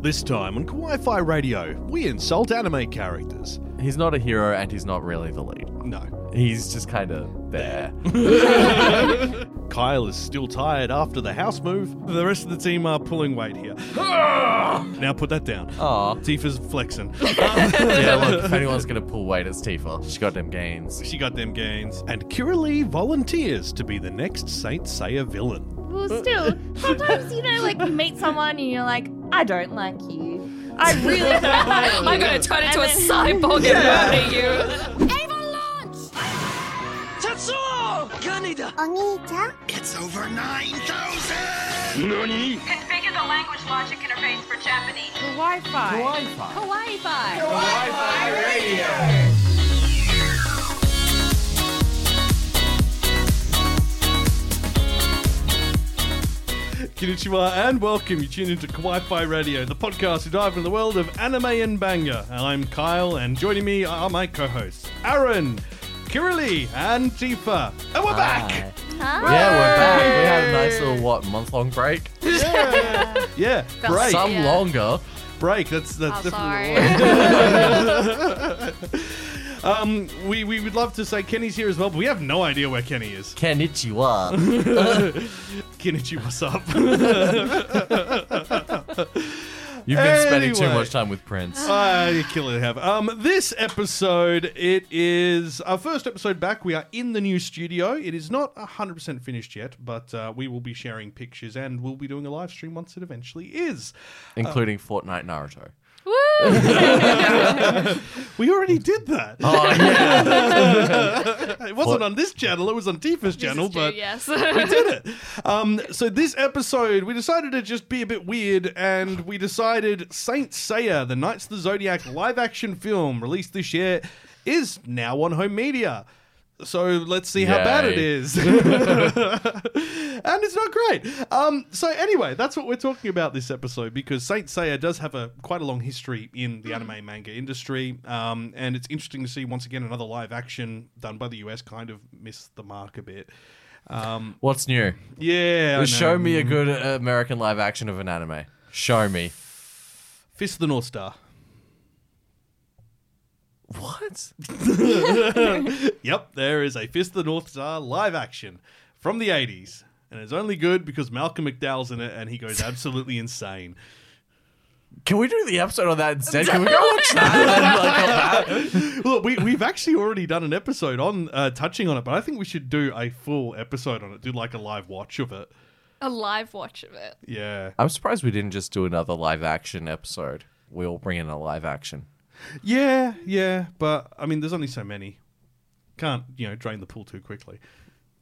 This time on Kawaii Fi Radio, we insult anime characters. He's not a hero and he's not really the lead. No. He's just kind of there. Kyle is still tired after the house move. The rest of the team are pulling weight here. now put that down. Aw. Tifa's flexing. yeah, look, if anyone's going to pull weight, it's Tifa. She got them gains. she got them gains. And Kira Lee volunteers to be the next Saint Seiya villain. Well, still, sometimes you know, like you meet someone and you're like, I don't like you. I really don't like you. I'm gonna turn into a And then- cyborg and murder you. It's over 9,000! Configure the language logic interface for Japanese. Hawaii Five. Konnichiwa and welcome. You tune into Kawaii Fi Radio, the podcast who dive in the world of anime and banger. I'm Kyle, and joining me are my co hosts, Aaron, Kira Lee, and Tifa. And we're back! Huh? Ah. Yeah, we're back. We had a nice little, what, month long break? Yeah, yeah. break, Some Yeah. longer. break. That's that's Oh, definitely. sorry. Um, we we would love to say Kenny's here as well, but we have no idea where Kenny is. Konnichiwa. Kenichi, what's up? You've been spending too Anyway. much time with Prince. Ah, you killer have. Um, this episode, it is our first episode back. We are in the new studio. It is not 100% finished yet, but uh, we will be sharing pictures and we'll be doing a live stream once it eventually is. Including Fortnite Naruto. We already did that. Oh, yeah. it wasn't on this channel, it was on Tifa's channel, This is true, but yes. we did it. Um, so this episode, we decided to just be a bit weird, and we decided Saint Seiya, the Knights of the Zodiac live-action film released this year, is now on home media. So let's see how bad it Yay. is, and it's not great. Um, so anyway, that's what we're talking about this episode because Saint Seiya does have a quite a long history in the anime and manga industry, um, and it's interesting to see once again another live action done by the US kind of miss the mark a bit. What's new? Yeah. I know. Show me a good uh, American live action of an anime. Show me. Fist of the North Star. What? Yep, there is a Fist of the North Star live action from the 80s. And it's only good because Malcolm McDowell's in it and he goes absolutely insane. Can we do the episode on that instead? Can we go watch that? Like, Look, we, we've actually already done an episode on uh, touching on it, but I think we should do a full episode on it, do like a live watch of it. a live watch of it. Yeah. I'm surprised we didn't just do another live action episode. We'll bring in a live action. Yeah, yeah. But I mean, there's only so many. Can't, you know, drain the pool too quickly.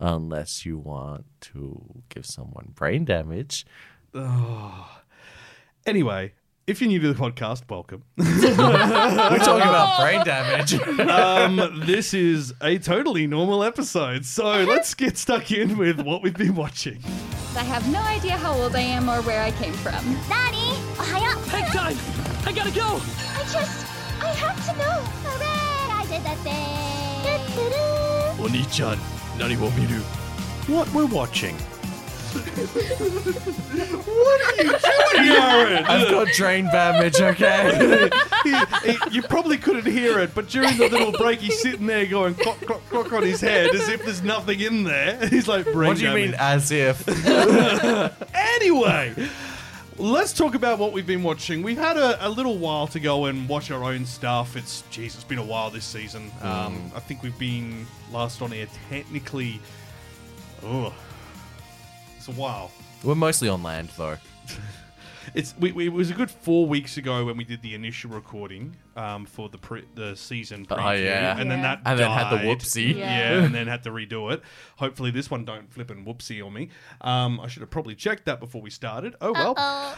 Unless you want to give someone brain damage. Anyway, if you're new to the podcast, welcome. We're talking about brain damage. um, this is a totally normal episode, so let's get stuck in with what we've been watching. I have no idea how old I am or where I came from. Daddy, ohayou. Take time. I gotta go. I just, I have to know. Hooray! I did that thing. Oni-chan, miru. What we're watching. what are you doing, Aaron? I've got drain damage, okay? He- he- you probably couldn't hear it, but during the little break, he's sitting there going clock, clock, clock on his head as if there's nothing in there. He's like, brain what do you mean, damage. as if? Anyway, let's talk about what we've been watching. We've had a, a little while to go and watch our own stuff. It's jeez, it's been a while this season. Mm. Um, I think we've been last on air technically. Oh, it's a while. We're mostly on land, though. It's we, we, it was a good four weeks ago when we did the initial recording um, for the pre, the season Oh, preview, yeah. and then Yeah. that And then had the died. whoopsie. Yeah. and then had to redo it. Hopefully, this one don't flip and whoopsie on me. Um, I should have probably checked that before we started. Oh well. Oh,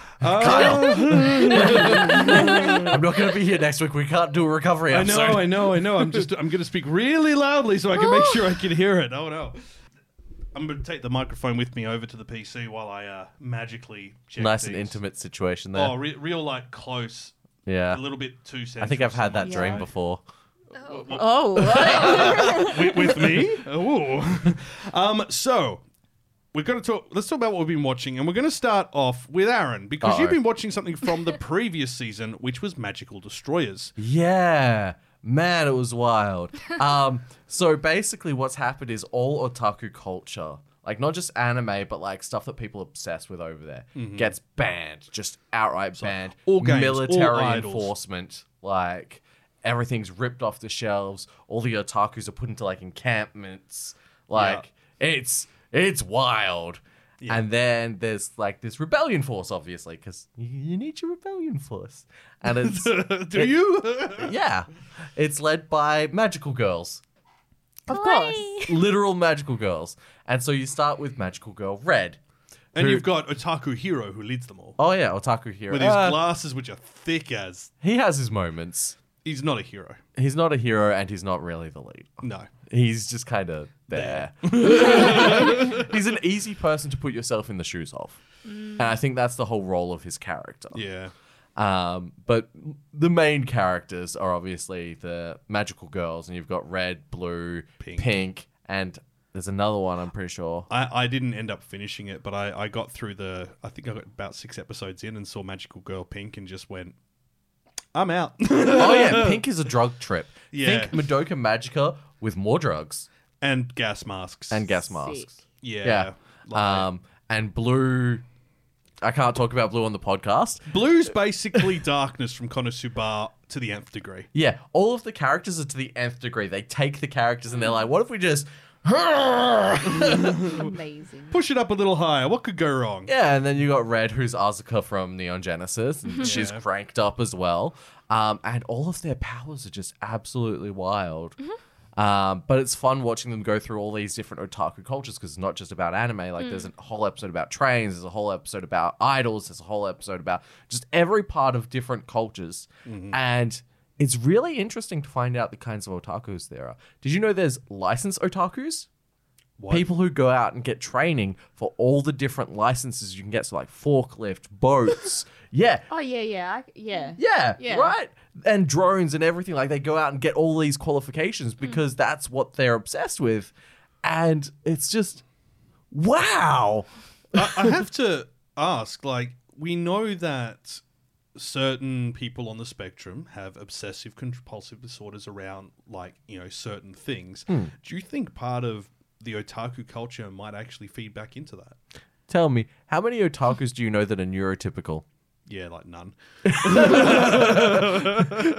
I'm not going to be here next week. We can't do a recovery I episode. know, I know, I know. I'm just I'm going to speak really loudly so I can make sure I can hear it. Oh no. I'm going to take the microphone with me over to the PC while I uh, magically check Nice and things. intimate situation there. Oh, re- real like close, yeah. a little bit too sensitive. I think I've had that Yeah. dream before. Oh, with, with me. Ooh. Um, so we're going to talk. Let's talk about what we've been watching, and we're going to start off with Aaron because Uh-oh. you've been watching something from the previous season, which was Magical Destroyers. Yeah. Man, it was wild. Um, so basically what's happened is all otaku culture, like not just anime, but like stuff that people are obsessed with over there, gets banned, just outright banned. Mm-hmm. all games, all military idols. enforcement, like everything's ripped off the shelves, all the otakus are put into like encampments. Like it's it's wild. And then there's like this rebellion force, obviously, because you need your rebellion force. And it's Do you? yeah. It's led by magical girls. Of course. Literal magical girls. And so you start with magical girl Red. and Who- you've got Otaku Hero who leads them all Oh yeah, Otaku hero. with his Uh, glasses, which are thick as. he has his moments. He's not a hero. He's not a hero and he's not really the lead. No. He's just kind of there. he's an easy person to put yourself in the shoes of. And I think that's the whole role of his character. Yeah. Um, but the main characters are obviously the magical girls, and you've got red, blue, Pink. pink, and there's another one. I'm pretty sure. I, I didn't end up finishing it, but I, I got through the. I think I got about six episodes in and saw Magical Girl Pink and just went, I'm out. oh yeah, pink is a drug trip. Yeah. Think Madoka Magica with more drugs and gas masks. and gas masks. Yeah. Yeah. Um, and blue. I can't talk about blue on the podcast. Blue's basically darkness from Konosuba to the nth degree. Yeah, all of the characters are to the nth degree. They take the characters and they're like, "What if we just?" yeah, Amazing. Push it up a little higher. What could go wrong? and then you got Red, who's Azuka from Neon Genesis, and she's Yeah. cranked up as well. Um, and all of their powers are just absolutely wild. Um, but it's fun watching them go through all these different otaku cultures because it's not just about anime. Like, there's a whole episode about trains, there's a whole episode about idols, there's a whole episode about just every part of different cultures. And it's really interesting to find out the kinds of otakus there are. Did you know there's licensed otakus? What? People who go out and get training for all the different licenses you can get, so like forklift, boats, yeah, Oh yeah, yeah, I, yeah. yeah, Yeah. right? And drones and everything. Like they go out and get all these qualifications because that's what they're obsessed with. And it's just wow. I, I have to ask, like, we know that certain people on the spectrum have obsessive compulsive disorders around, like, you know, certain things. Do you think part of the otaku culture might actually feed back into that? Tell me, how many otakus do you know that are neurotypical? Yeah, like none.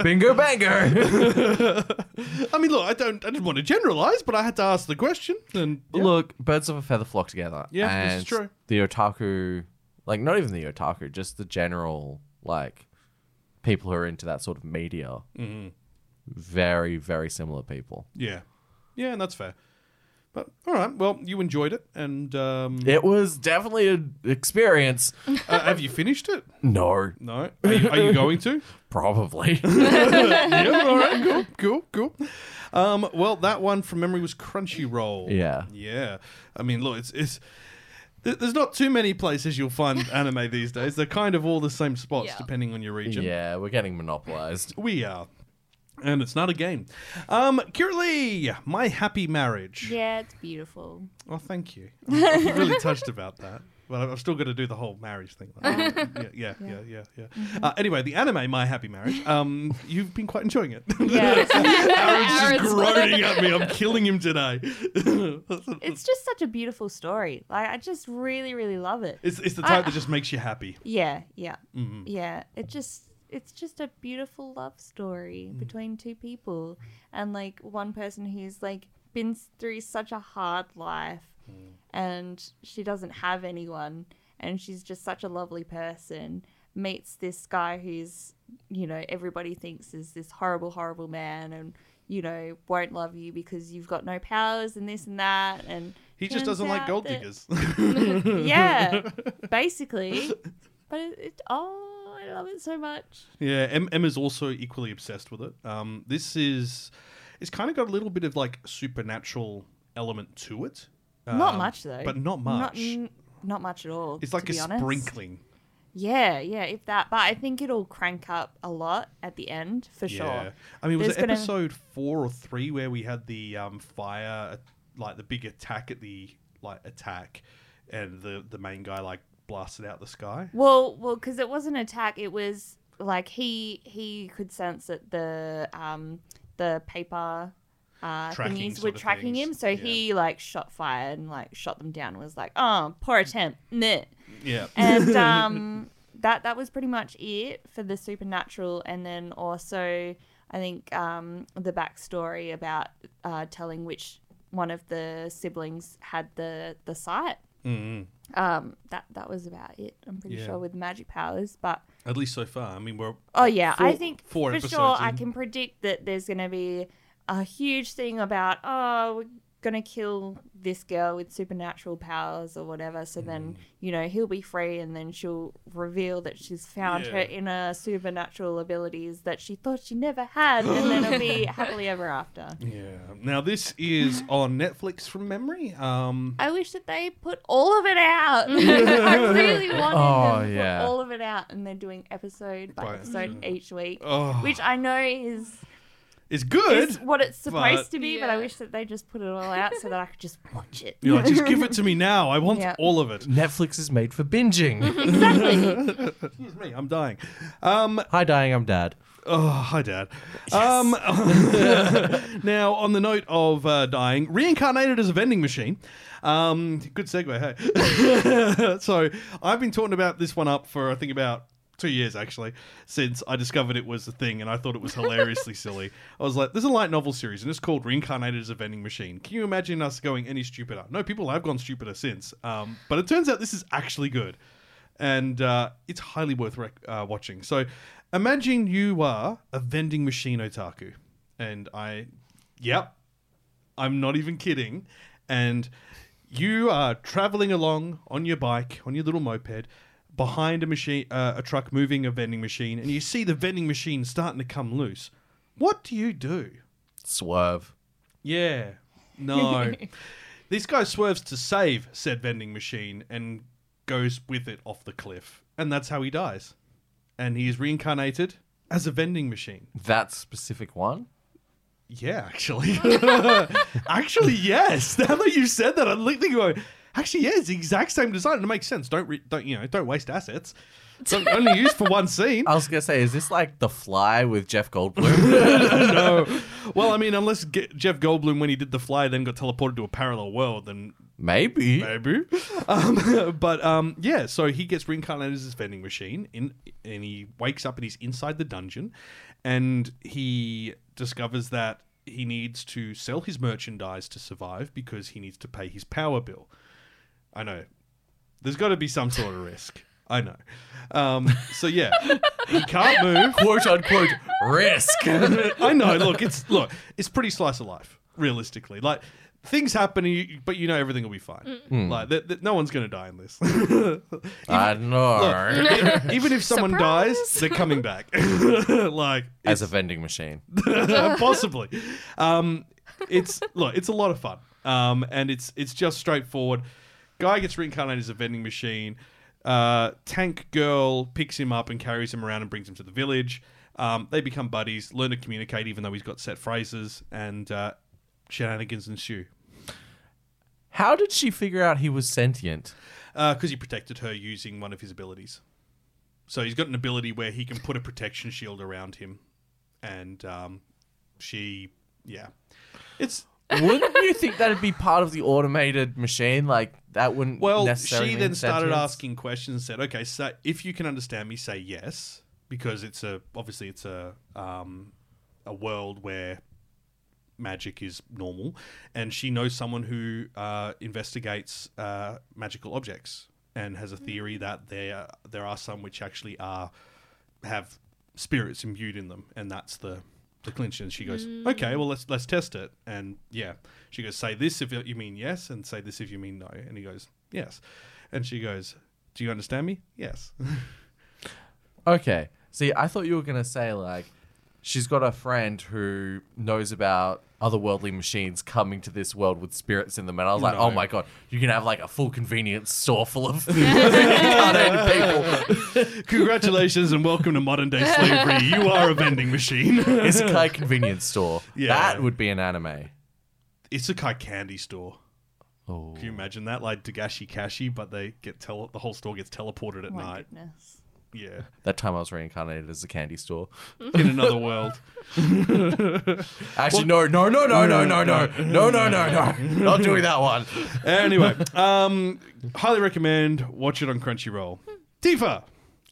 Bingo bango. I mean, look, I don't, I didn't want to generalize, but I had to ask the question. And Look, birds of a feather flock together. Yeah, this is and true. The otaku, like not even the otaku, just the general like people who are into that sort of media. Very, very similar people. yeah, yeah, and that's fair. But all right, well, you enjoyed it, and um, It was definitely an experience. uh, have you finished it? No, No, are you, are you going to? probably. yeah, all right, cool, cool, cool. Um, well, that one from memory was Crunchyroll. Yeah. yeah. I mean, look, it's it's. th- There's not too many places you'll find anime these days. They're kind of all the same spots, Yeah. depending on your region. yeah, we're getting monopolized. We are, and it's not a game. Um, Kira Lee, my happy marriage. Yeah, it's beautiful. Oh, thank you. I'm really touched about that. But I've- I've still got to do the whole marriage thing. yeah, yeah, yeah, yeah, yeah. Uh, anyway, the anime My Happy Marriage. Um, you've been quite enjoying it. Yeah. Aaron's Aaron's just groaning at me. I'm killing him today. it's just such a beautiful story. Like I just really, really love it. it's, it's the type that just makes you happy. Yeah, yeah, Mm-hmm. yeah. It just it's just a beautiful love story Mm. between two people, and like one person who's like been s- through such a hard life, Mm. and she doesn't have anyone, and she's just such a lovely person. Meets this guy who's you know everybody thinks is this horrible, horrible man, and you know won't love you because you've got no powers and this and that, and He just turns doesn't like out gold that- diggers. yeah, basically. But it, it oh, I love it so much. yeah, Em, Em is also equally obsessed with it. Um, this is, it's kind of got a little bit of like supernatural element to it. not Um, much though. But not much. n- not much at all. it's like to a be honest. sprinkling. Yeah, yeah, if that. But I think it'll crank up a lot at the end for sure. I mean, was There's it gonna- episode four or three uh, where we had the um, fire, like the big attack at the like attack, and the the main guy like blasted out the sky. Well, well, because it was an attack. It was like he he could sense that the um the paper uh, Tracking thingies were sort of tracking things, him, so yeah. he like shot fire and like shot them down. and Was like, oh, poor attempt. Nah. Yeah. and um, that that was pretty much it for the supernatural, and then also I think um, the backstory about uh, telling which one of the siblings had the the sight. Um, that that was about it. I'm pretty Yeah. sure with magic powers, but At least so far. I mean, we're oh yeah, I Four- think four for episodes sure I in. can predict that there's going to be a huge thing about oh we're going to kill this girl with supernatural powers or whatever. So Mm. then you know he'll be free, and then she'll reveal that she's found her Yeah. inner supernatural abilities that she thought she never had, and then it'll be happily ever after. yeah. Now this is on Netflix from memory. Um, I wish that they put all of it out. I really wanted Oh, them to yeah. put all of it out, and they're doing episode by Right. episode each week, Oh. which I know is it's good. is what it's but- supposed to be. But I Yeah. wish that they just put it all out so that I could just watch it. You're like, just give it to me now. I want Yeah. all of it. Netflix is made for binging. Excuse me, I'm dying. Um, Hi, dying. I'm dad. oh, hi, Dad. Um, now, on the note of uh, dying, reincarnated as a vending machine. Um, good segue, hey. so, I've been talking about this one up for I think about two years actually, since I discovered it was a thing, and I thought it was hilariously silly. I was like, "There's a light novel series, and it's called Reincarnated as a Vending Machine." Can you imagine us going any stupider? No, people have gone stupider since. Um, but it turns out this is actually good and uh, it's highly worth rec- uh, watching. So, imagine you are a vending machine otaku, and I, yep, I'm not even kidding, and you are traveling along on your bike, on your little moped, behind a machine, uh, a truck moving a vending machine, and you see the vending machine starting to come loose. What do you do? Swerve. Yeah. No. this guy swerves to save said vending machine and goes with it off the cliff. And that's how he dies. And he is reincarnated as a vending machine. That specific one. Yeah, actually. actually, yes. Now that you said that, I'm thinking, going, actually, yeah, it's the exact same design. It makes sense. Don't, re- don't you know, don't waste assets. It's only used for one scene. I was gonna say, is this like The Fly with Jeff Goldblum? no. Well, I mean, unless Ge- Jeff Goldblum, when he did The Fly, then got teleported to a parallel world, then Maybe. maybe. Um, but um, yeah, so he gets reincarnated as this vending machine, in, and he wakes up and he's inside the dungeon, and he discovers that he needs to sell his merchandise to survive because he needs to pay his power bill. I know. There's got to be some sort of risk. I know. Um, so yeah, he can't move. Quote unquote risk. I know. Look, it's look, it's pretty slice of life, realistically. Like things happen, and you, but you know everything will be fine. Like th- th- no one's going to die in this. e-, I know. Even if someone dies, they're coming back. like As a vending machine. possibly. Um, it's look, it's a lot of fun, um, and it's it's just straightforward. Guy gets reincarnated as a vending machine. Uh, tank girl picks him up and carries him around and brings him to the village. Um, they become buddies, learn to communicate, even though he's got set phrases, and uh, shenanigans ensue. How did she figure out he was sentient? because Uh, he protected her using one of his abilities. So he's got an ability where he can put a protection shield around him, and um, she, yeah, it's Wouldn't you think that'd be part of the automated machine? Like that wouldn't well. necessarily She mean then started sentience? asking questions and said, "Okay, so if you can understand me, say yes, because it's a obviously it's a um, a world where magic is normal, and she knows someone who uh, investigates uh, magical objects and has a theory that there there are some which actually are have spirits imbued in them, and that's the the clinch. And she goes, "Okay, well let's let's test it." And yeah, she goes, "Say this if you mean yes, and say this if you mean no." And he goes, "Yes," and she goes, "Do you understand me?" Yes. Okay. See, I thought you were gonna say like she's got a friend who knows about otherworldly machines coming to this world with spirits in them, and I was like, No. oh my god, you can have like a full convenience store full of incarnated people. Congratulations and welcome to modern day slavery. You are a vending machine. Isekai convenience store. Yeah. That would be an anime. Isekai candy store. Oh. Can you imagine that? Like Dagashi Kashi, but they get tele- the whole store gets teleported at Oh My night. goodness. Yeah. That time I was reincarnated as a candy store. In another world. Actually, no, no, no, no, no, no, no, no, no, no, no. Not doing that one. Anyway, um, highly recommend. Watch it on Crunchyroll. Tifa,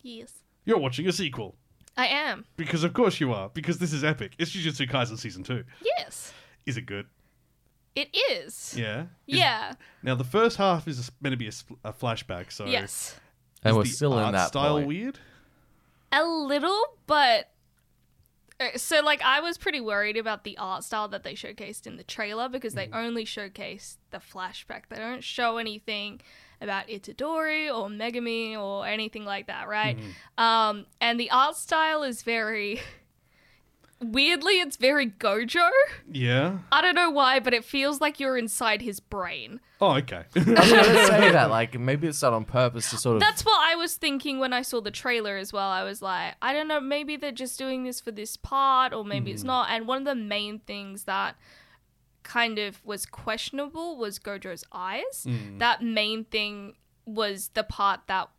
Yes. you're watching a sequel. I am. Because of course you are, because this is epic. It's Jujutsu Kaisen Season 2. Yes. Is it good? It is. Yeah. Is- Yeah. Now, the first half is meant to be a, spl- a flashback, so. Yes. And Is we're the still art in that style point. weird? A little, but uh, so like I was pretty worried about the art style that they showcased in the trailer because they only showcased the flashback. They don't show anything about Itadori or Megami or anything like that, right? Um, and the art style is very weirdly, it's very Gojo. Yeah. I don't know why, but it feels like you're inside his brain. Oh, okay. I was gonna say that, like maybe it's done on purpose to sort of. That's what I was thinking when I saw the trailer as well. I was like, I don't know, maybe they're just doing this for this part, or maybe Hmm. it's not. And one of the main things that kind of was questionable was Gojo's eyes. Hmm. That main thing was the part that,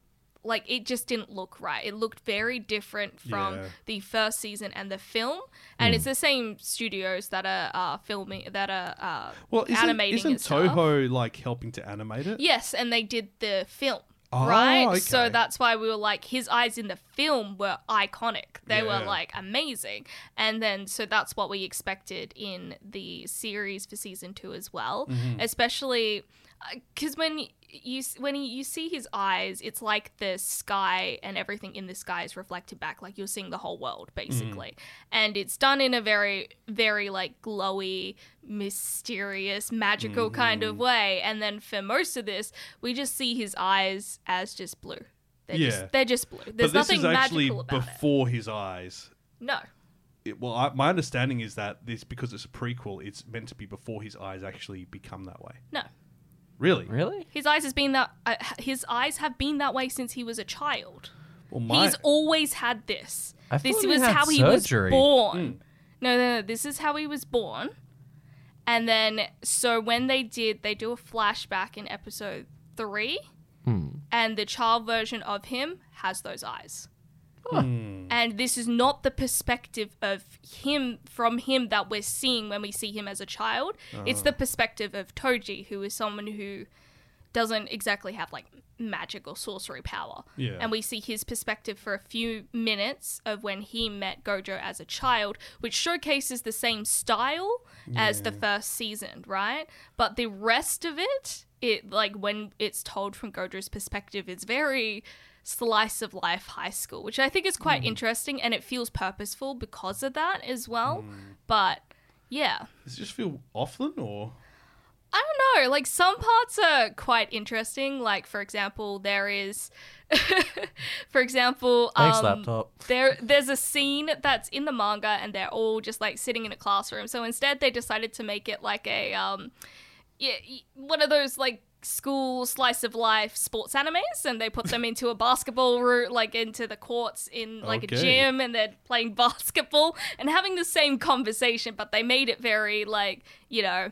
like, it just didn't look right. It looked very different from Yeah. Hmm. the first season and the film. And it's the same studios that are uh, filming, that are uh, well, isn't, animating isn't it stuff. Toho like helping to animate it? Yes, and they did the film. Oh, right? okay. So that's why we were like, his eyes in the film were iconic. They Yeah. were like amazing. And then, so that's what we expected in the series for season two as well. Mm-hmm. Especially because when y- you s- when you see his eyes, it's like the sky and everything in the sky is reflected back, like you're seeing the whole world Mm-hmm. basically. And it's done in a very very like glowy, mysterious, magical kind Mm-hmm. of way. And then for most of this, we just see his eyes as just blue. They're Yeah. just they're just blue. but There's this nothing is actually magical about it. before his eyes. No. It- well, I, my understanding is that this because it's a prequel, it's meant to be before his eyes actually become that way. No. Really? really? His eyes has been that uh, his eyes have been that way since he was a child. Well, my, He's always had this. I This thought he was had how surgery. he was born. No, no, no. This is how he was born. And then, so when they did, they do a flashback in episode three, Hmm. and the child version of him has those eyes. And this is not the perspective of him from him that we're seeing when we see him as a child. It's the perspective of Toji, who is someone who doesn't exactly have like magical sorcery power. Yeah. And we see his perspective for a few minutes of when he met Gojo as a child, which showcases the same style as the first season, right? But the rest of it, it like when it's told from Gojo's perspective, it's very slice of life high school, which I think is quite interesting and it feels purposeful because of that as well. But yeah. does it just feel off then, or I don't know. Like some parts are quite interesting. Like for example, there is, for example, Thanks, um, laptop. There, there's a scene that's in the manga, and they're all just like sitting in a classroom. So instead, they decided to make it like a, um, yeah, y- one of those like school slice of life sports animes, and they put them into a basketball route, like into the courts in like Okay. a gym, and they're playing basketball and having the same conversation, but they made it very like you know.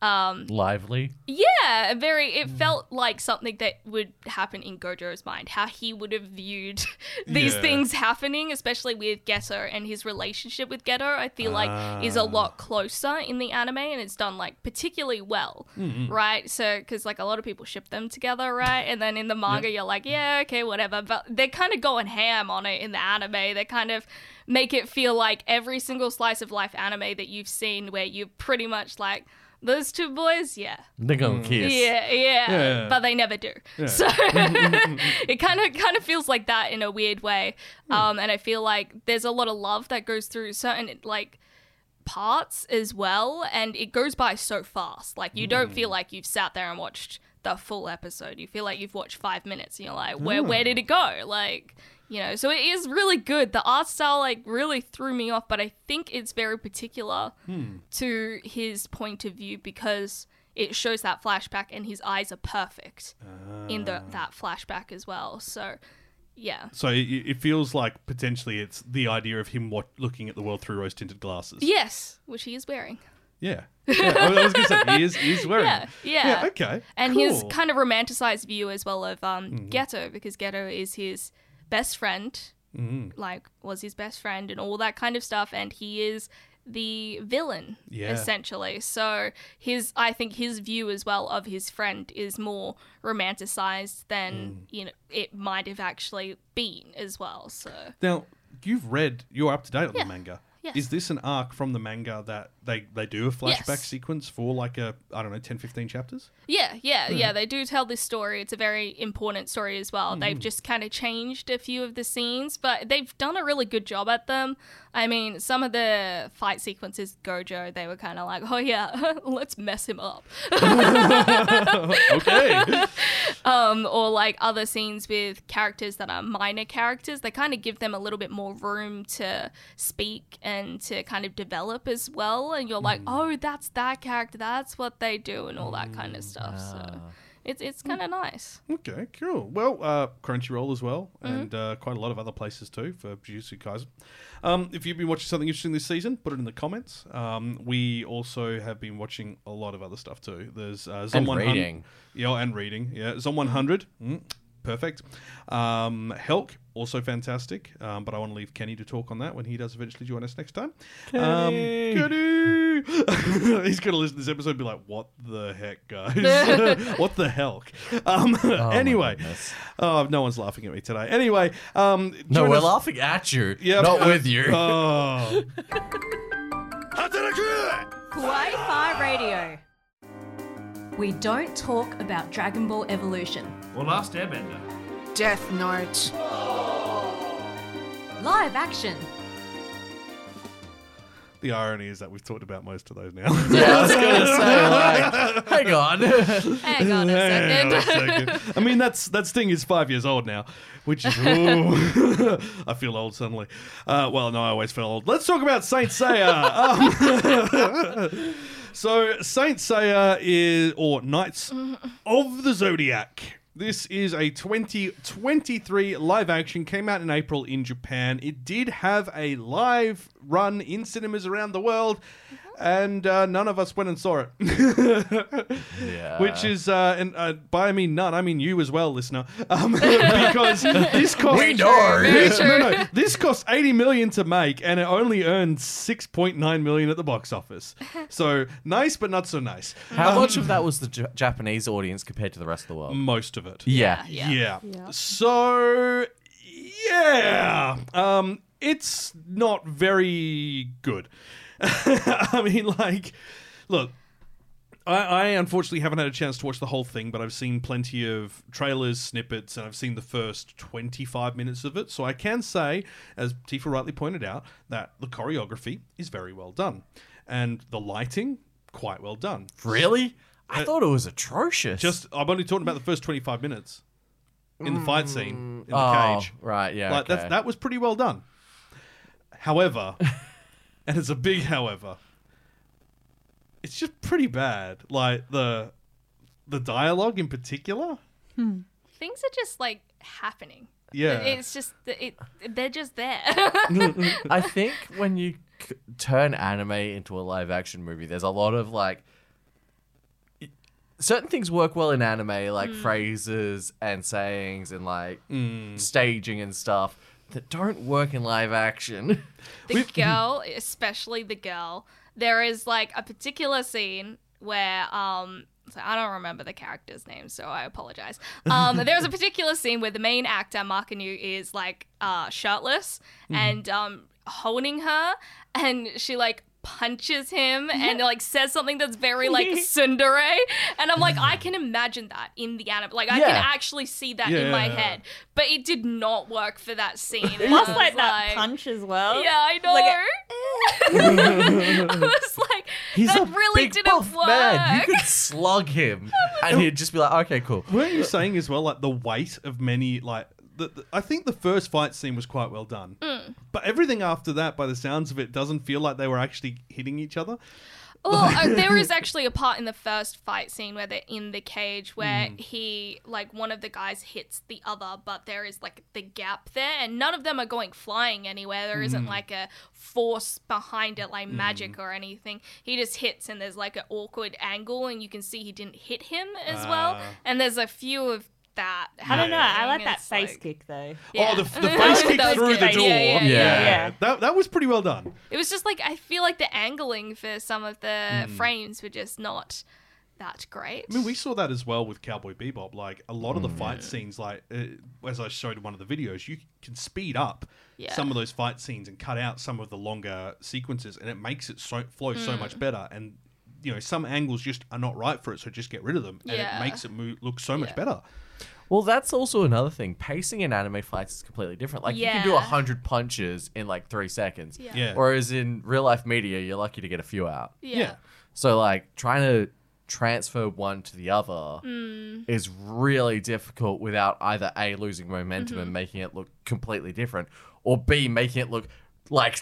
Um, Lively. yeah, very. It felt like something that would happen in Gojo's mind, how he would have viewed these Yeah. things happening, especially with Geto and his relationship with Geto. I feel like is a lot closer in the anime, and it's done like particularly well, right? So because like a lot of people ship them together, right? And then in the manga, you're like, yeah, okay, whatever. But they're kind of going ham on it in the anime. They kind of make it feel like every single slice of life anime that you've seen, where you pretty much like. Those two boys, yeah, They're Mm. gonna kiss. yeah, yeah, Yeah. Mm-hmm, but they never do. So it kind of kind of feels like that in a weird way. Hmm. Um, and I feel like there's a lot of love that goes through certain like parts as well, and it goes by so fast. Like you don't Hmm. feel like you've sat there and watched the full episode. You feel like you've watched five minutes, and you're like, where Hmm. where did it go? Like. You know, so it is really good. The art style like really threw me off, but I think it's very particular Hmm. to his point of view because it shows that flashback and his eyes are perfect in the, that flashback as well. So, yeah. so? It, it feels like potentially it's the idea of him what, looking at the world through rose tinted glasses. Yes, which he is wearing. Yeah. yeah. I was going to say, he is, he is wearing Yeah, it. yeah. okay. and cool. his kind of romanticized view as well of um, Ghetto because Ghetto is his best friend, Mm. like was his best friend and all that kind of stuff, and he is the villain Yeah. essentially. So his, I think his view as well of his friend is more romanticized than you know it might have actually been as well. So Now, you've read, you're up to date on Yeah. the manga. Yes. Is this an arc from the manga that they, they do a flashback Yes. sequence for like a, I don't know, 10, 15 chapters? Yeah, yeah, yeah. They do tell this story. It's a very important story as well. They've just kind of changed a few of the scenes, but they've done a really good job at them. I mean, some of the fight sequences, Gojo, they were kind of like, oh yeah, let's mess him up. okay. Um, or like other scenes with characters that are minor characters, they kind of give them a little bit more room to speak and to kind of develop as well. And you're like, oh, that's that character. That's what they do, and all that kind of stuff. So. It's, it's kind of nice. Okay, cool. Well, uh, Crunchyroll as well, Mm-hmm. and uh, quite a lot of other places too for Jujutsu Kaisen. Um, if you've been watching something interesting this season, put it in the comments. Um, we also have been watching a lot of other stuff too. There's uh, Zom And 100 reading. yeah, and reading, yeah, Zom 100, mm, perfect. Um, Helk also fantastic, um, but I want to leave Kenny to talk on that when he does eventually join us next time. Kenny, um, Kenny! he's gonna listen to this episode and be like, "What the heck, guys? what the Helk?" Um, anyway, Oh goodness. oh, no one's laughing at me today. Anyway, um, No, join we're us- laughing at you, Yep. not Uh, with you. Oh. Kawaii Fire Radio. We don't talk about Dragon Ball Evolution. Or Last Airbender. Death Note. Live action. the irony is that we've talked about most of those now. yeah, I was gonna say, like, hang on. Hang on a Hang on a second. second. I mean, that's that Sting is five years old now, which is ooh, I feel old suddenly. Uh, well, no, I always feel old. Let's talk about Saint Seiya. Um, so, Saint Seiya is or Knights Mm-hmm. of the Zodiac. This is a 2023 live action. Came out in April in Japan. It did have a live run in cinemas around the world, and uh, none of us went and saw it. yeah. Which is, uh, and uh, by I mean none, I mean you as well, listener. Um, because this cost We know. This, no, no, this cost eighty million to make, and it only earned six point nine million at the box office. So nice, but not so nice. How much of that was the J- Japanese audience compared to the rest of the world? Most of it. yeah. Yeah. Yeah. So yeah, um, it's not very good. I mean, like, look. I, I unfortunately haven't had a chance to watch the whole thing, but I've seen plenty of trailers, snippets, and I've seen the first 25 minutes of it. So I can say, as Tifa rightly pointed out, that the choreography is very well done. And the lighting, quite well done. Really? I thought it was atrocious. Uh, Just, I'm only talking about the first 25 minutes in the fight scene in the oh, cage. right. Yeah. Like okay. that's, that was pretty well done. However, and it's a big however, it's just pretty bad. Like the the dialogue in particular. Things are just like happening. Yeah. It's just it. They're just there. I think when you c- turn anime into a live action movie, there's a lot of like i- certain things work well in anime, like Mm. phrases and sayings and like staging and stuff that don't work in live action. the girl, especially the girl, there is like a particular scene where um so I don't remember the character's name, so I apologize. Um, there's a particular scene where the main actor Markanu is like uh, shirtless Mm-hmm. and um, honing her, and she like punches him and like says something that's very like tsundere, and I'm like I can imagine that in the anime, like I can Yeah. actually see that in my Yeah. head, but it did not work for that scene. And I Plus, was like that like- punch as well. yeah, I know. Like a- I was like, He's that a really big didn't buff work. man. You could slug him, and he'd just be like, "Okay, cool." Weren't you saying as well, like the weight of many, like the, the- I think the first fight scene was quite well done, but everything after that, by the sounds of it, doesn't feel like they were actually hitting each other. Well, uh, there is actually a part in the first fight scene where they're in the cage where Mm. he, like, one of the guys hits the other, but there is, like, the gap there, and none of them are going flying anywhere. There isn't, Mm. like, a force behind it, like magic or anything. He just hits, and there's, like, an awkward angle, and you can see he didn't hit him as well. Ah. And there's a few of that. I don't know. I happening. like that It's face like- kick though. Yeah. Oh, the, the That was- face kick that was through good. the Yeah, door. yeah, yeah. Yeah. Yeah. That, that was pretty well done. It was just like I feel like the angling for some of the frames were just not that great. Hmm. I mean, we saw that as well with Cowboy Bebop. Like a lot of the fight scenes, like uh, as I showed in one of the videos, you can speed up Yeah. some of those fight scenes and cut out some of the longer sequences, and it makes it so flow so Mm. much better. And you know, some angles just are not right for it, so just get rid of them, and Yeah. it makes it move, look so much Yeah. better. Well, that's also another thing. Pacing in anime fights is completely different. Like you can do Yeah. a hundred punches in like three seconds. Yeah. Yeah. Whereas in real life media, you're lucky to get a few out. yeah. yeah. So like trying to transfer one to the other Mm. is really difficult without either a losing momentum Mm-hmm. and making it look completely different, or b making it look like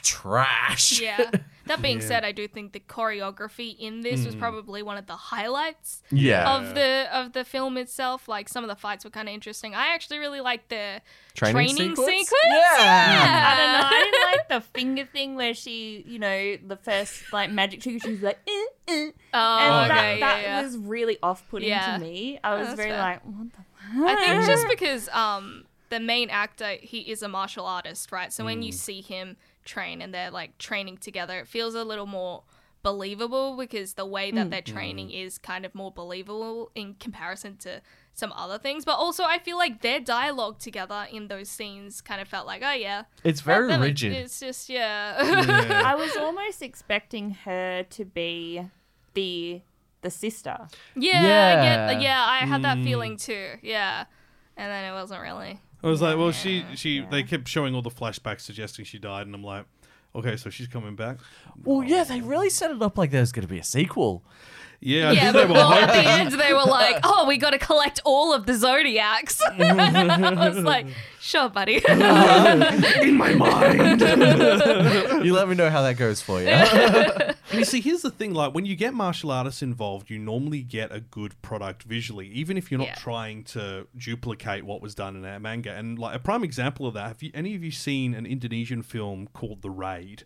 trash. Yeah. That being said, I do think the choreography in this Hmm. was probably one of the highlights Yeah. of the of the film itself. Like some of the fights were kind of interesting. I actually really liked the training sequence? Yeah. I don't know. I didn't like the finger thing where she, you know, the first like magic trick. She's like, eh, eh. and oh, that, okay, that yeah, yeah. was really off-putting Yeah. to me. I was that's very fair. like, what the. I think just because um the main actor he is a martial artist, right? So when you Mm. see him train and they're like training together, it feels a little more believable because the way that they're training Mm. is kind of more believable in comparison to some other things. But also I feel like their dialogue together in those scenes kind of felt like, oh yeah. It's very That- that- rigid. It's just yeah. I was almost expecting her to be the the sister. yeah, yeah. I Yeah. Mm. get, yeah, I had that feeling too. Yeah. And then it wasn't really. I was like, well, she she they kept showing all the flashbacks suggesting she died, and I'm like, okay, so she's coming back. Well, yeah, they really set it up like there's going to be a sequel. Yeah, I yeah, think they but were well, hoping. at the end they were like, "Oh, we got to collect all of the zodiacs." I was like, "Sure, buddy." in my mind. You let me know how that goes for you. And you see, here's the thing: like when you get martial artists involved, you normally get a good product visually, even if you're not Yeah. trying to duplicate what was done in that manga. And like a prime example of that, have you, any of you seen an Indonesian film called The Raid?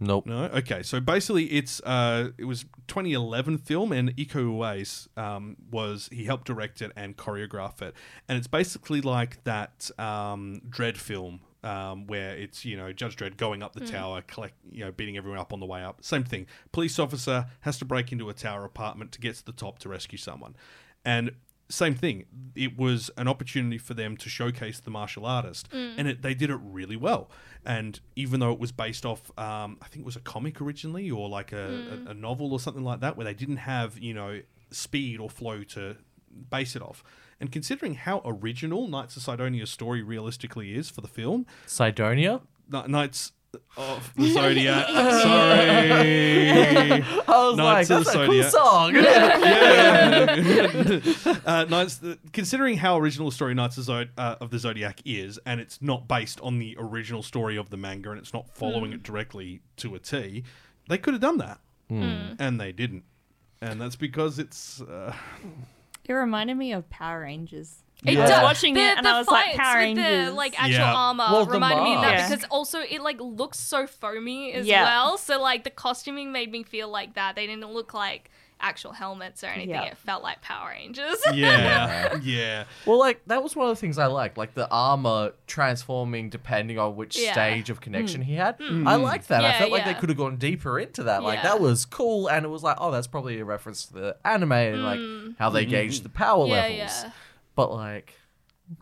Nope. No. Okay. So basically, it's uh, it was 2011 film, and Iko Uwais um, was he helped direct it and choreograph it, and it's basically like that um, Dread film. Um, where it's you know Judge Dredd going up the tower, collect you know beating everyone up on the way up. Same thing. Police officer has to break into a tower apartment to get to the top to rescue someone, and same thing. It was an opportunity for them to showcase the martial artist, and it, they did it really well. And even though it was based off, um, I think it was a comic originally, or like a, a, a novel or something like that, where they didn't have you know speed or flow to base it off. And considering how original Knights of Sidonia's story realistically is for the film, Sidonia? Kn- Knights of the Zodiac. sorry. I was Knights like, of the that's a cool Zodiac. song. yeah. uh, Knights, considering how original the story Knights of, Zod- uh, of the Zodiac is, and it's not based on the original story of the manga, and it's not following it directly to a T, they could have done that, and they didn't. And that's because it's uh, It reminded me of Power Rangers. It I was does. watching the, it and the I was like, fights Power with Rangers. the like actual Yeah. armor Well, the reminded me of that mask. because also it like looks so foamy as Yeah. well. So like the costuming made me feel like that. They didn't look like actual helmets or anything. Yeah. It felt like Power Rangers. yeah, yeah, Well, like that was one of the things I liked, like the armor transforming depending on which Yeah. Mm. stage of connection he had. I liked that. I Yeah, felt like they yeah. could have gone deeper into that. Like Yeah. that was cool, and it was like, oh, that's probably a reference to the anime and like how they gauge the power Mm. Yeah, levels. yeah. But like,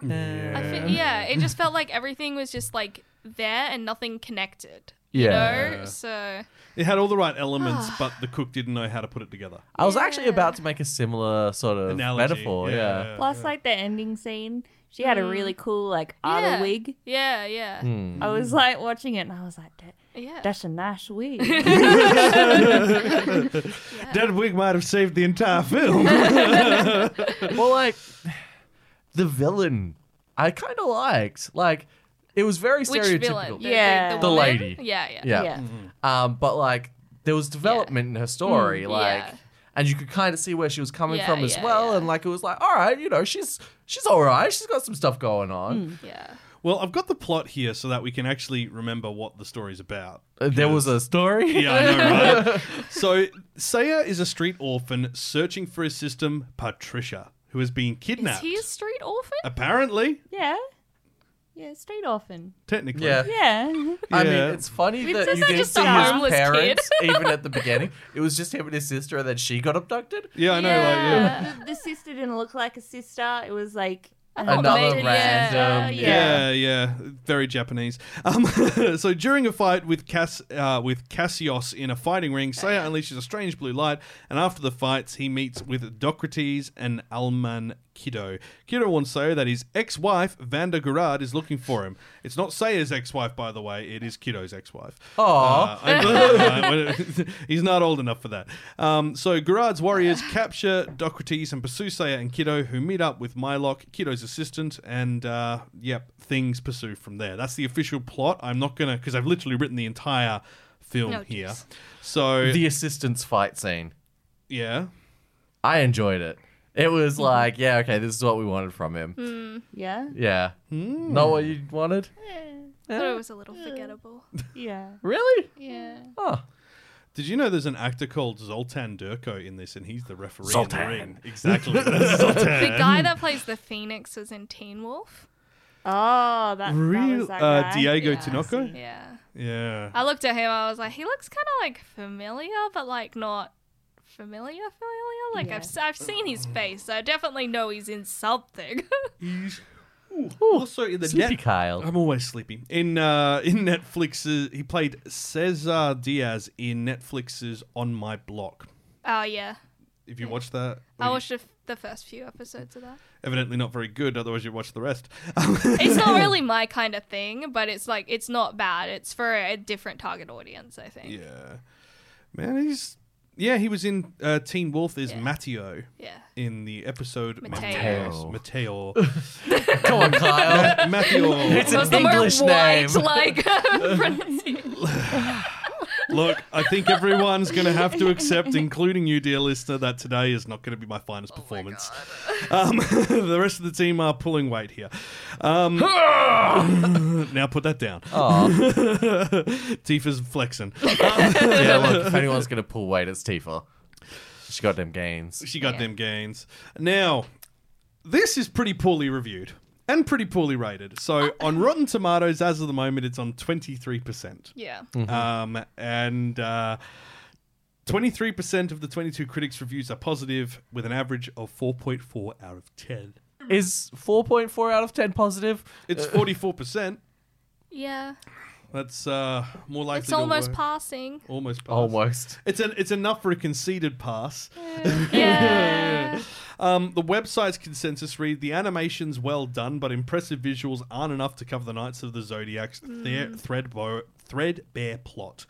eh. I fe- yeah, it just felt like everything was just like there and nothing connected. You Yeah. know? So it had all the right elements, but the cook didn't know how to put it together. I was actually about to make a similar sort of Analogy, metaphor. Yeah. Plus, like the ending scene, she had a really cool like other Yeah. wig. yeah, yeah. Hmm. I was Mm. like watching it and I was like, "That- Yeah. that's a nice wig. Dead wig might have saved the entire film. well, like the villain, I kind of liked. Like it was very Which stereotypical. villain? Yeah. The woman? lady. Yeah, yeah. Yeah. Yeah. Um, but like there was development in her story, Mm, like, yeah. and you could kind of see where she was coming Yeah, from as yeah, well, yeah. and like it was like, all right, you know, she's she's all right, she's got some stuff going on. Yeah. Well, I've got the plot here so that we can actually remember what the story's about. Uh, There was a story. Yeah, I know, right? so, Saya is a street orphan searching for his sister, Patricia, who has been Is kidnapped. he a street orphan? Apparently, Yeah. Yeah, straight orphan. technically. Yeah. Yeah. I mean, Yeah. it's funny It's that just you like didn't just see a his homeless parents even at the beginning. It was just him and his sister, and then she got abducted. Yeah, I know. Like, the, the sister didn't look like a sister. It was like uh, thought Another maybe, Oh, yeah. random, Yeah. yeah. yeah, yeah, very Japanese. Um, so during a fight with Cass, uh, with Cassios in a fighting ring, Saya unleashes a strange blue light, and after the fights, he meets with Docrates and Alman Kiddo. Kiddo warns Saya that his ex-wife Vanda Garad is looking for him. It's not Saya's ex-wife, by the way. It is Kiddo's ex-wife. Aw. Uh, I know, right? He's not old enough for that. Um, so Gerard's warriors capture Docrates and pursue Saya and Kiddo, who meet up with Mylock, Kiddo's assistant, and uh, yep, things pursue from there. That's the official plot. I'm not gonna because I've literally written the entire film Oh, here. jeez. So The assistant's fight scene. yeah, I enjoyed it. It was Mm-hmm. like, yeah, okay, this is what we wanted from him. Mm. yeah, Yeah. Not what you wanted? I thought it was a little forgettable. yeah. Really? Yeah. Oh. did you know there's an actor called Zoltan Durko in this, and he's the referee Zoltan. in the ring. Exactly, That's Zoltan. The guy that plays the Phoenix was in Teen Wolf. Oh, that, that Real was that uh, guy. Diego Yeah, I Tinoco. Yeah. Yeah. I looked at him. I was like, he looks kind of like familiar, but like not familiar, familiar. Like I've, s- I've seen his face, so I definitely know he's in something. He's Ooh, also in the Sleepy net- Kyle. I'm always sleepy. In uh, in Netflix's, he played Cesar Diaz in Netflix's On My Block. oh yeah, If you watch that, Mm. I well, watched the, f- the first few episodes of that. evidently not very good. Otherwise, you watch the rest. It's not really my kind of thing, but it's like it's not bad. It's for a different target audience, I think. yeah, man, he's yeah. He was in uh, Teen Wolf is Matteo Yeah. in the episode Matteo. Matteo. Come on, Kyle. Matteo. Matteo. It's an That's the more English white, name. like pronunciation. Look, I think everyone's going to have to accept, including you, dear listener, that today is not going to be my finest performance. Um, the rest of the team are pulling weight here. Um, now put that down. Oh. Tifa's flexing. Uh, yeah, look, if anyone's going to pull weight, it's Tifa. She got them gains. She got them gains. Now, this is pretty poorly reviewed and pretty poorly rated. So on Rotten Tomatoes, as of the moment, it's on 23%. yeah. Um, and uh, 23% of the 22 critics' reviews are positive, with an average of 4.4 out of 10. Is 4.4 out of 10 positive? It's 44%. Yeah. That's uh, more likely It's to almost work. passing. Almost pass. Oh, Almost. It's, an, it's enough for a conceded pass. Yeah. Um, the website's consensus read the animation's well done, but impressive visuals aren't enough to cover the Knights of the Zodiac's Mm. thre- threadbo- threadbare plot.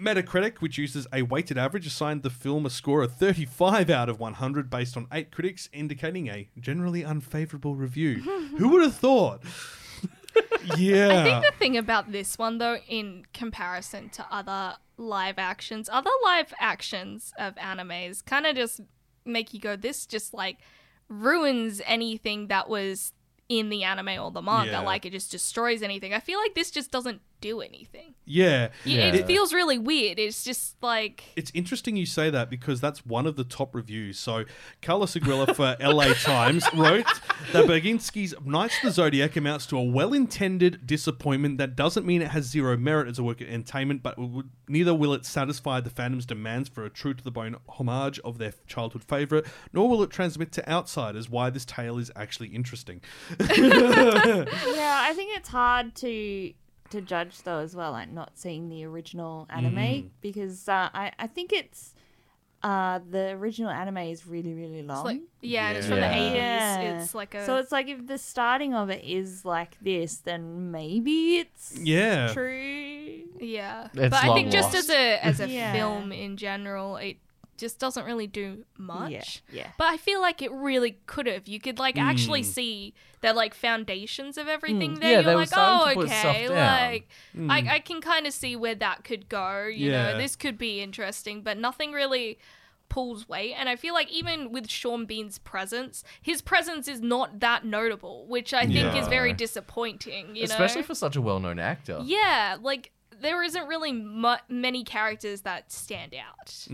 Metacritic, which uses a weighted average, assigned the film a score of 35 out of 100 based on eight critics, indicating a generally unfavorable review. Who would have thought? I yeah. think the thing about this one, though, in comparison to other live actions, other live actions of animes kind of just make you go, this just like ruins anything that was in the anime or the manga. Yeah. Like it just destroys anything. I feel like this just doesn't do anything. yeah. Y- Yeah. It feels really weird. It's just like. It's interesting you say that because that's one of the top reviews. So, Carlos Aguilera for LA Times wrote that Berginski's Knights of the Zodiac amounts to a well intended disappointment that doesn't mean it has zero merit as a work of entertainment, but would, neither will it satisfy the fandom's demands for a true to the bone homage of their childhood favourite, nor will it transmit to outsiders why this tale is actually interesting. Yeah, I think it's hard to to judge though as well, like not seeing the original anime Mm. because uh, I I think it's uh the original anime is really really long. It's like, yeah, and it's from Yeah. the 80s. Yeah. It's like a. so it's like if the starting of it is like this, then maybe it's Yeah. true. Yeah, It's but I long think just lost. as a as a Yeah. film in general, it just doesn't really do much. Yeah, yeah. But I feel like it really could have. You could like actually see the like foundations of Mm. everything there. Mm. Yeah, You're they were like, starting oh, to put stuff okay, down. Mm. like I, I can kind of see where that could go. You Yeah. know, this could be interesting, but nothing really pulls weight. And I feel like even with Sean Bean's presence, his presence is not that notable, which I think is No. very disappointing. You especially know, for such a well-known actor. yeah, like there isn't really mu- many characters that stand out.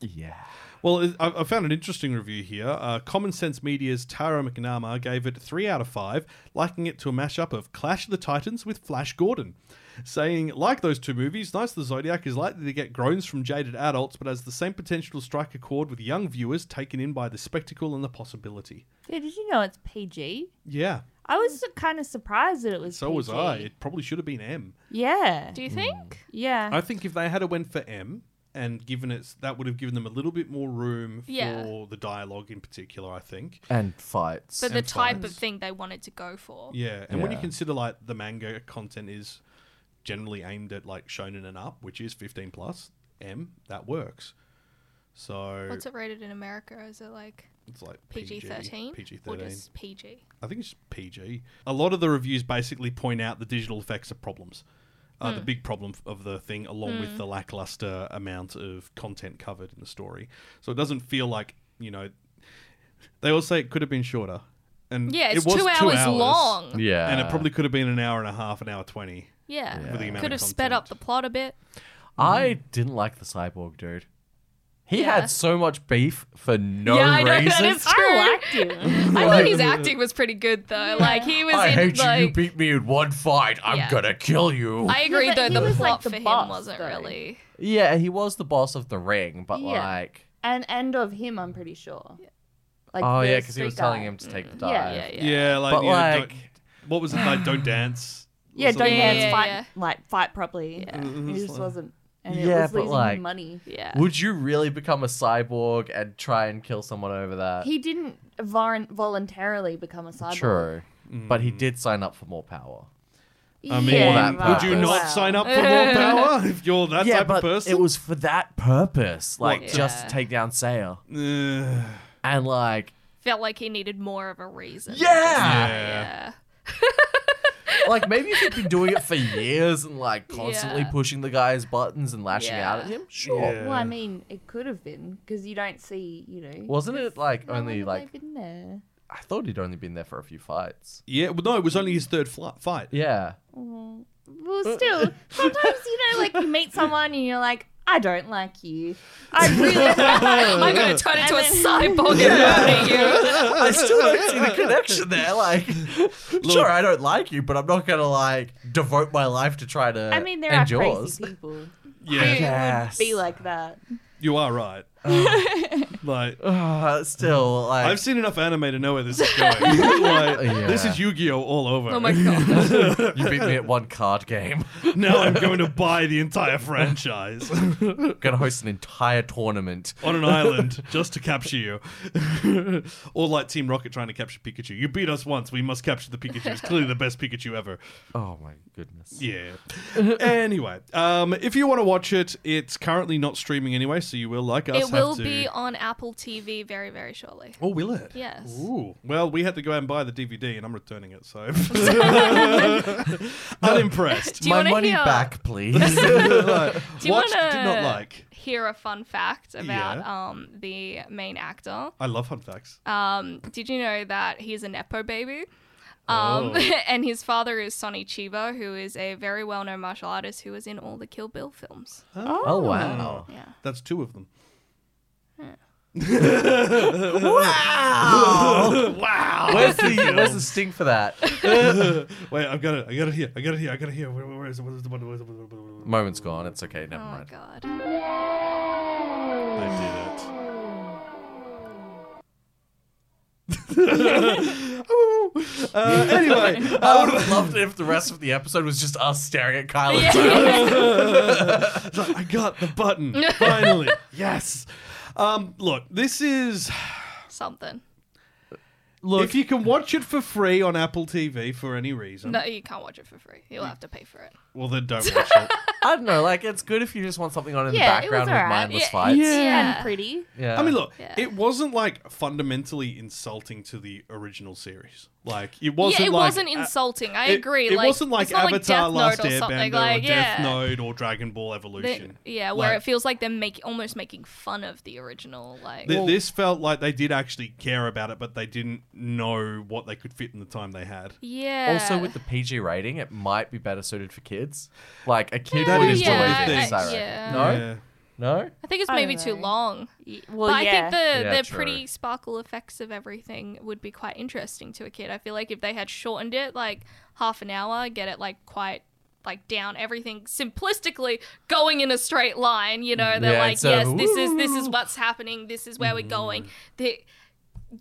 Yeah. Well, it- I I found an interesting review here. Uh, Common Sense Media's Tara McNamara gave it 3 out of 5, liking it to a mashup of Clash of the Titans with Flash Gordon, saying, like those two movies, Nice of the Zodiac is likely to get groans from jaded adults, but has the same potential to strike a chord with young viewers taken in by the spectacle and the possibility. Yeah, did you know it's PG? Yeah, I was kind of surprised that it was. so was PG. I. It probably should have been M. Yeah, Do you think? yeah. I think if they had a went for M and given it, that would have given them a little bit more room for Yeah. the dialogue in particular, I think. And fights. But the And type of fights. thing they wanted to go for. Yeah, and when you Yeah. consider like the manga content is generally aimed at like shonen and up, which is 15 plus M, that works. So What's it rated in America? Is it like it's like PG thirteen? PG Or 13. just PG? I think it's PG. A lot of the reviews basically point out the digital effects are problems. Uh, Hmm. The big problem f- of the thing, along with the lackluster amount of content covered in the story. So it doesn't feel like, you know, they all say it could have been shorter. And Yeah, it's it was two, hours, long. yeah. And it probably could have been an hour and a half, an hour 20. Yeah. With the amount Could of have sped up the content. plot a bit. I didn't like the cyborg dude. He Yeah. had so much beef for no yeah, I know reason. that is true. I liked it. I thought his acting was pretty good though. Like he was I in hate like you. You beat me in one fight. I'm Yeah. gonna kill you. I agree Yeah, but he though the was, like, plot the for boss, him wasn't though. really Yeah, he was the boss of the ring, but Yeah. like, and and of him, I'm pretty sure. Like oh the yeah, because he street was telling guy. him to take the Yeah. dive. Mm, yeah, yeah. Yeah, like, But you know, don't- like, what was it like? Don't dance. or Yeah, don't something Yeah, dance, like yeah, fight yeah. like fight properly. Yeah. Mhm. He just wasn't, and Mm-hmm. Yeah, it was but, losing like- him money. Yeah. would you really become a cyborg and try and kill someone over that? He didn't vol- voluntarily become a cyborg. True, but he did sign up for more power. that. I mean, Yeah, would but- you not Wow. sign up for more power if you're that yeah, type but of person? it was for that purpose, like What? just Yeah. to take down Sayer, Ugh. and like, Felt like he needed more of a reason. yeah, yeah. Yeah. like maybe if he'd been doing it for years and like constantly Yeah. pushing the guy's buttons and lashing out at Yeah. him, sure. Yeah. Well, I mean, it could have been because you don't see, you know, Wasn't it like how long only have like they been there. I thought he'd only been there for a few fights. Yeah, well, no, it was only his third fl- fight. Yeah. Uh, Well, still, sometimes you know, like you meet someone and you're like, I don't like you. I really, I'm gonna turn into a cyborg and murder you. I still don't see the connection there. Like, sure, I don't like you, but I'm not gonna like devote my life to try to. I mean, there end are yours. crazy people. Yeah, Yes. Be like that. you are right. like, Ugh, still, like, I've seen enough anime to know where this is going. like, Yeah. This is Yu-Gi-Oh all over. Oh my god. you beat me at one card game. now I'm going to buy the entire franchise on gonna host an entire tournament. an island just to capture you. or like Team Rocket trying to capture Pikachu. You beat us once, we must capture the Pikachu. It's clearly the best Pikachu ever. Oh my goodness. Yeah. anyway, um, if you want to watch it, it's currently not streaming anyway, so you will like us. it have will to- be on Apple TV very, very shortly. Oh, will it? Yes. Ooh. Well, we had to go out and buy the DVD, and I'm returning it, so unimpressed. Do you my wanna money hear- back, please. Do you Watched, wanna- did not like. Hear a fun fact about Yeah. um, the main actor. I love fun facts. Um, did you know that he's a Nepo baby? Um, Oh. And his father is Sonny Chiba, who is a very well known martial artist who was in all the Kill Bill films. oh wow. Yeah. That's two of them. Where's the where's the sting for that? Wait, I've got it. I got it here. I got it here. I got it here. Where, where is it? Where is it? Where is it? Where is it? Where is it? Moment's gone. It's okay. Never Oh my mind. god. I did it. uh, anyway, I would have loved it if the rest of the episode was just us staring at Kyle. Yeah. And Tyler. It's like, I got the button finally. yes. Um, look, this is Something. Look, if you can watch it for free on Apple TV for any reason, No, you can't watch it for free. You'll have to pay for it. well then don't watch it. I don't know. Like, it's good if you just want something on in Yeah, the it was background with alright. mindless Yeah. fights. Yeah. and pretty. Yeah. I mean, look, Yeah. it wasn't like fundamentally insulting to the original series. Like it wasn't. yeah, it like, wasn't uh, insulting. I it- agree. It, like, wasn't like it's not Avatar: like Last Death Note or something. Airbender Like, or yeah. Death Note or Dragon Ball They- Evolution. yeah, where Like, it feels like they're making almost making fun of the original. Like, th- this felt like they did actually care about it, but they didn't know what they could fit in the time they had. yeah. Also, with the PG rating, it might be better suited for kids. Like, a kid That would is enjoy what I this, think. I reckon. Yeah. No? Yeah. No? I think it's I don't maybe too know. long. Y- Well, but yeah. I think the, Yeah, the true. pretty sparkle effects of everything would be quite interesting to a kid. I feel like if they had shortened it like half an hour, get it like quite like down everything simplistically going in a straight line, you know, they're Yeah, like, instead yes, of, this is this is what's happening, this is where we're going. The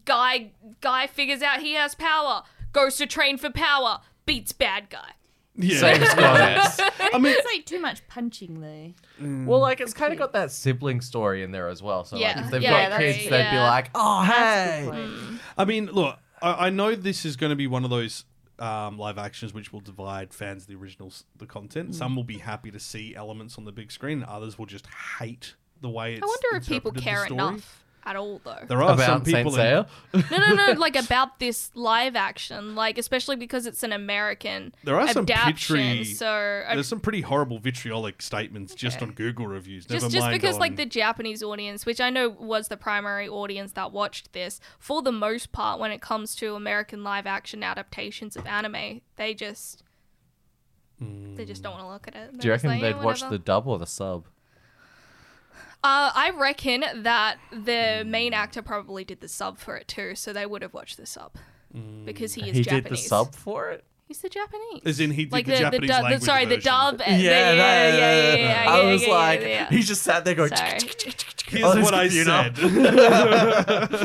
guy guy figures out he has power, goes to train for power, beats bad guy. Yeah. Same squad. I mean, it's like too much punching though. Well, like it's kind of got that sibling story in there as well. So Yeah. like if they've got Yeah, that's kids, true. they'd be Yeah. like, "Oh, hey." I mean, look, I, I know this is going to be one of those um, live actions which will divide fans of the original s- the Mm. content. Some will be happy to see elements on the big screen, and others will just hate the way it's. I wonder if people interpreted the care story. enough at all though. There are Oh, some About Saint people. in- Seiya. No, no, no. Like about this live action, like especially because it's an American There are some adaptation. pitry- so uh, there's some pretty horrible vitriolic statements just on Google reviews. Never just mind just because on- like the Japanese audience, which I know was the primary audience that watched this, for the most part, when it comes to American live action adaptations of anime, they just Hmm. they just don't want to look at it. They're Do you just reckon like, "Yeah, they'd watch the whatever." dub or the sub? Uh, I reckon that the Hmm. main actor probably did the sub for it too, so they would have watched the sub Hmm. because he is he Japanese. did the sub for it. He's the Japanese. As in he did like the the, the, Japanese dub- the, language sorry, the version. dub. Yeah, yeah, yeah, that- yeah, yeah, yeah, I yeah, was yeah, like, yeah, he just sat there going. yeah. Sorry. Here's on his what I computer. said.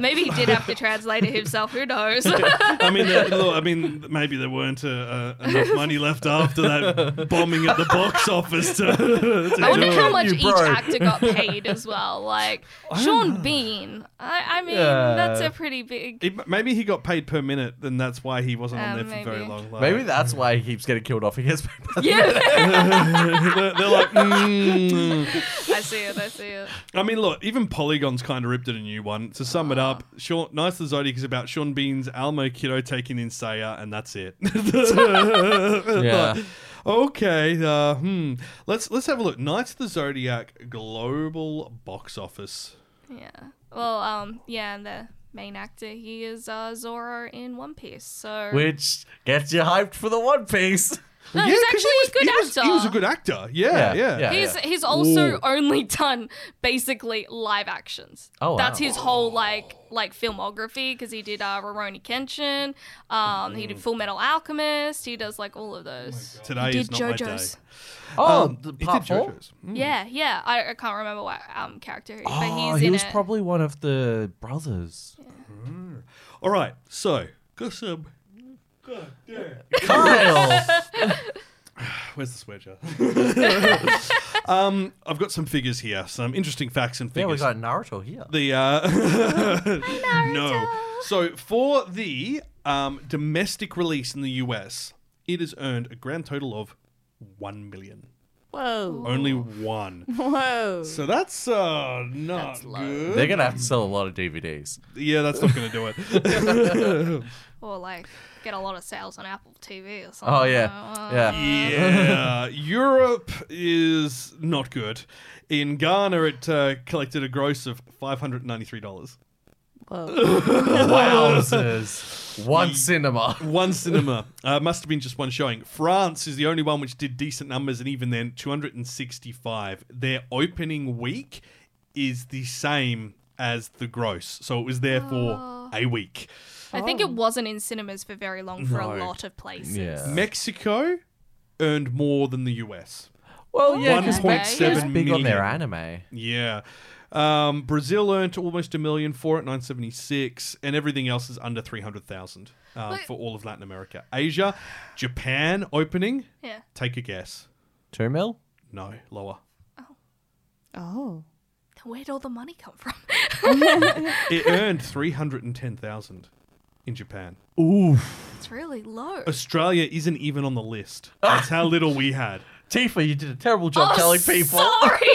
Maybe he did have to translate it himself. Who knows? I mean, uh, look, I mean, maybe there weren't uh, uh, enough money left after that bombing at the box office. To, to I wonder do how it. much You each bro. actor got paid as well. Like Sean Bean. I, I mean, Yeah. that's a pretty big. It- maybe he got paid per minute, and that's why he wasn't on Um, there for very maybe. long. Like, Maybe that's why he keeps getting killed off. He gets Yeah, they're, they're like, mm. I see it. I see it. I mean, look, even Polygon's kind of ripped at a new one. To sum it up, Ah. Sean, Nice and Zodiac is about Sean Bean's Almo kiddo taking in Saya, and that's it. yeah. Okay, uh, hmm. Let's let's have a look. Knights of the Zodiac global box office. Yeah. Well, um, yeah, and the main actor he is uh, Zoro in One Piece. So Which gets you hyped for the One Piece. no, Yeah, he's 'cause actually a good he was, actor. He was a good actor. Yeah, yeah. Yeah, yeah. He's he's also Ooh. only done basically live actions. Oh, wow. that's his whole like like filmography because he did uh, Rurouni Kenshin, um, he Mm. did Full Metal Alchemist, he does like all of those. Today he is did not my JoJo's. day. Oh, Um, the he did part four. JoJo's. Yeah, yeah. I, I can't remember what um character, he, but Oh, he's he in was it. probably one of the brothers. All right, so got some. God damn. Kyle. Where's the swear jar? um, I've got some figures here, some interesting facts and yeah, we figures. got Naruto here. the uh, no. So for the um, domestic release in the US, it has earned a grand total of one million. Whoa, Only one. whoa. So that's uh, not good. They're gonna have to sell a lot of DVDs. Yeah, that's not going to do it. Or like get a lot of sales on Apple TV or something. Oh yeah, yeah. yeah, Europe is not good. In Ghana, it uh, collected a gross of five hundred ninety-three dollars. Wowzers. One cinema. One cinema uh, must have been just one showing. France is the only one which did decent numbers, and even then, two hundred and sixty-five. Their opening week is the same as the gross, so it was there for a week. I think it wasn't in cinemas for very long for a No. lot of places. Yeah. Mexico earned more than the US. Well, yeah, One because point they're seven big on their million. anime. Yeah. Um, Brazil earned almost a million for it, 976, and everything else is under 300,000 um, Look- for all of Latin America. Asia, Japan opening, Yeah. take a guess. Two mil. No, lower. Oh, Where'd all the money come from? It earned 310,000 in Japan. it's really low. Australia isn't even on the list. That's how little we had. Tifa, you did a terrible job Oh, telling people. Sorry,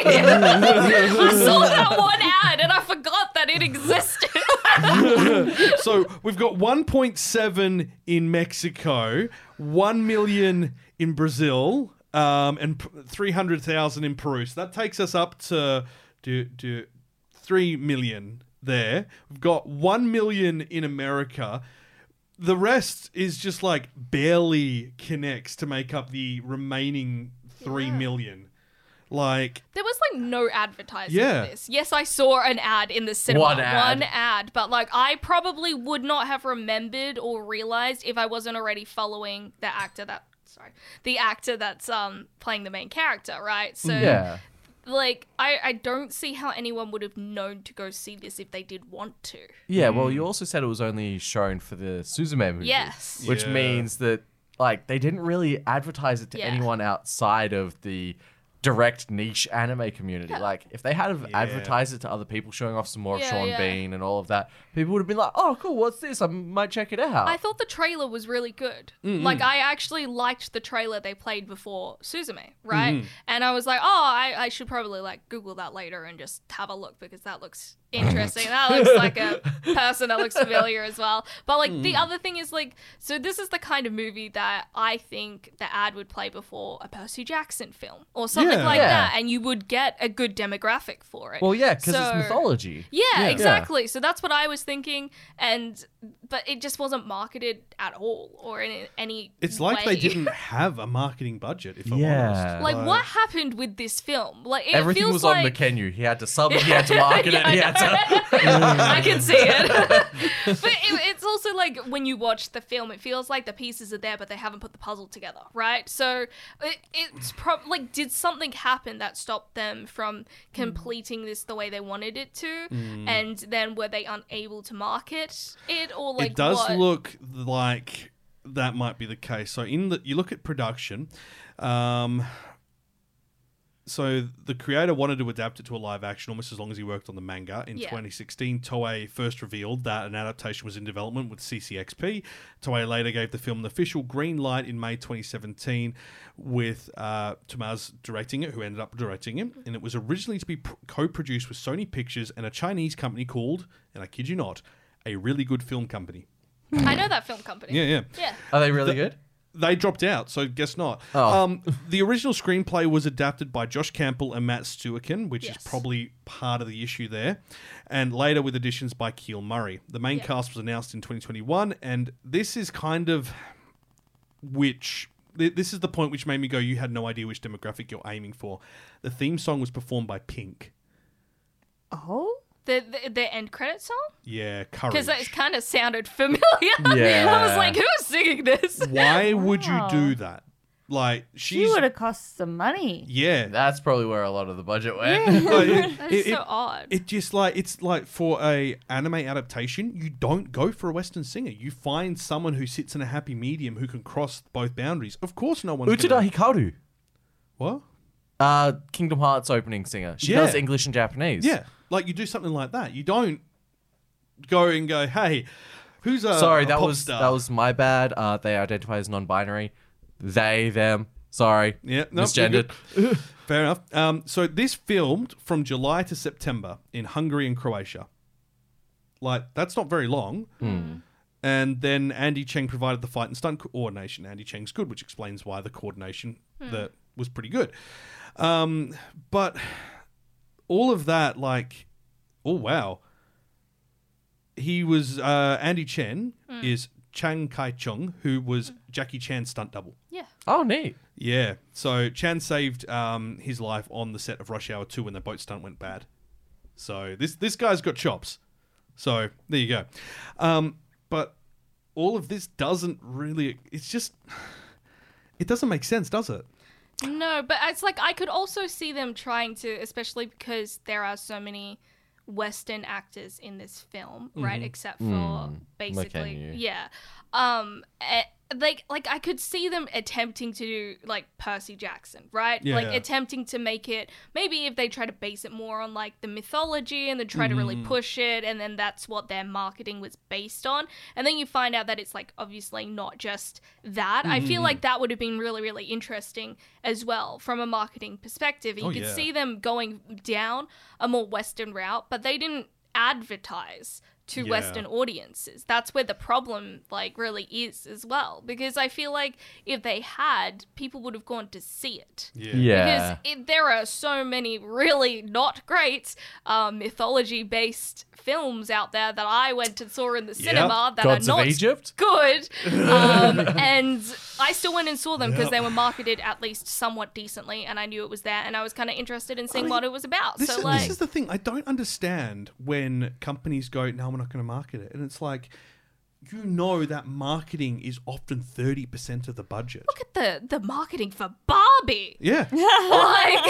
I saw that one ad and I forgot that it existed. so we've got 1.7 in Mexico, 1 million in Brazil, um, and p- 300,000 in Peru. So that takes us up to, to, to 3 million there. We've got 1 million in America. The rest is just like barely connects to make up the remaining three million. Like, there was like no advertising Yeah. for this. Yes, I saw an ad in the cinema, One ad. one ad, but like I probably would not have remembered or realized if I wasn't already following the actor that sorry, the actor that's um playing the main character, right? So Yeah. like I I don't see how anyone would have known to go see this if they did want to. Yeah, well, you also said it was only shown for the Suzume movie. Yes. Which Yeah. means that, like, they didn't really advertise it to Yeah. anyone outside of the direct niche anime community. Like, if they had have advertised it to other people, showing off some more of Yeah, Sean yeah. Bean and all of that, people would have been like, oh, cool, what's this? I might check it out. I thought the trailer was really good. Like I actually liked the trailer they played before Suzume, right? Mm-hmm. And I was like, oh, I, I should probably like Google that later and just have a look because that looks interesting. that looks like a person that looks familiar as well. But like the Mm. other thing is like, so this is the kind of movie that I think the ad would play before a Percy Jackson film or something Yeah. like Yeah. that, and you would get a good demographic for it. well, yeah, because So- it's mythology. yeah, exactly. So that's what I was thinking, and but it just wasn't marketed at all or in any. it's like way. they didn't have a marketing budget, if I'm Yeah. honest. Like what happened with this film? Like it Everything feels was on like McKenyu. He had to sub it, he had to market it, he had to. I can see it. but it, it's also like when you watch the film, it feels like the pieces are there, but they haven't put the puzzle together, right? So it, it's probably like, did something happen that stopped them from Mm. completing this the way they wanted it to? And then were they unable to market it? Or like, it does what? look like that might be the case. So in the you look at production, um, so the creator wanted to adapt it to a live action almost as long as he worked on the manga. In Yeah. 2016, Toei first revealed that an adaptation was in development with CCXP. Toei later gave the film an official green light in May 2017 with uh, Tomaz directing it, who ended up directing it. Mm-hmm. And it was originally to be pr- co-produced with Sony Pictures and a Chinese company called, and I kid you not, a really good film company. I know that film company. Yeah, yeah Yeah. Are they really good? they dropped out, so guess not. Oh. Um, the original screenplay was adapted by Josh Campbell and Matt Stuakin, which Yes. is probably part of the issue there, and later with additions by Keel Murray. The main cast was announced in 2021, and this is kind of which th- this is the point which made me go, you had no idea which demographic you're aiming for. The theme song was performed by Pink. Oh, The, the the end credit song Yeah, because courage. it kind of sounded familiar. I was Yeah. like, who's singing this? Why would you Wow. do that? Like she's she would have cost some money. yeah. That's probably where a lot of the budget went. Like, it- That's it- so it- odd. It just like it's like for a anime adaptation, you don't go for a Western singer. You find someone who sits in a happy medium who can cross both boundaries. Of course, no one. Uchida Hikaru. What? Uh, Kingdom Hearts opening singer. She Yeah. does English and Japanese. Yeah, like you do something like that. You don't go and go, hey, who's a Sorry, Uh, a that pop was star? that was my bad. Uh, they identify as non-binary. They them. Sorry. Yeah, no, you're misgendered. good. Fair enough. Um, so this filmed from July to September in Hungary and Croatia. Like that's not very long. And then Andy Cheng provided the fight and stunt coordination. Andy Cheng's good, which explains why the coordination that was pretty good. Um, but all of that, like, oh wow, he was uh, Andy Chen is Chang Kai Chung, who was Jackie Chan's stunt double. yeah. Oh, neat. Yeah. So Chan saved um, his life on the set of Rush Hour 2 when the boat stunt went bad. So this this guy's got chops. So there you go. Um, but all of this doesn't really. It's just. It doesn't make sense, does it? No, but it's like I could also see them trying to, especially because there are so many Western actors Mm-hmm. in this film, right? Except for basically, McKenna. yeah. Um, a- like like I could see them attempting to do like Percy Jackson, right? Yeah, like yeah. attempting to make it maybe if they try to base it more on like the mythology and then try to Mm-hmm. really push it and then that's what their marketing was based on. And then you find out that it's like obviously not just that. I Mm-hmm. feel like that would have been really, really interesting as well from a marketing perspective. You Oh, could yeah. see them going down a more Western route, but they didn't advertise to Yeah. Western audiences. That's where the problem like really is as well because I feel like if they had, people would have gone to see it. Yeah. Yeah. Because it, there are so many really not great um, mythology based films out there that I went and saw in the cinema that Gods are of not Egypt? good. Um, and I still went and saw them because they were marketed at least somewhat decently and I knew it was there and I was kind of interested in I seeing mean, what it was about. This, so, is, like, this is the thing. I don't understand when companies go, no, we're not going to market it. And it's like, you know that marketing is often 30% of the budget. look at the, the marketing for Barbie. Yeah. Like,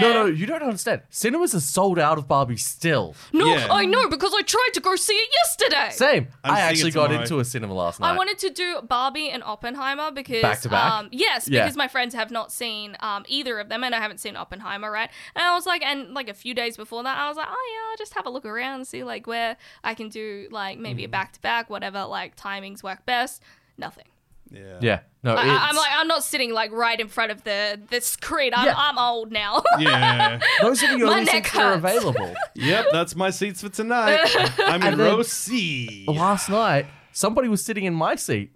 No, no, you don't understand. Cinemas are sold out of Barbie still. no, Yeah. I know because I tried to go see it yesterday. Same. I'm I seeing it actually got tomorrow. into a cinema last night. I wanted to do Barbie and Oppenheimer because Back to back? Um, yes, Yeah. because my friends have not seen um, either of them, and I haven't seen Oppenheimer, right? And I was like, and like a few days before that, I was like, oh yeah, I'll just have a look around and see like where I can do like maybe a Mm. back to back, whatever like timings work best. Nothing. Yeah. yeah. No, I, I- it's- I'm like I'm not sitting like right in front of the the screen. I'm, Yeah. I'm old now. Yeah. those are the my only neck seats that are hurts. available. yep, that's my seats for tonight. I'm in And then- row C. Last night, somebody was sitting in my seat.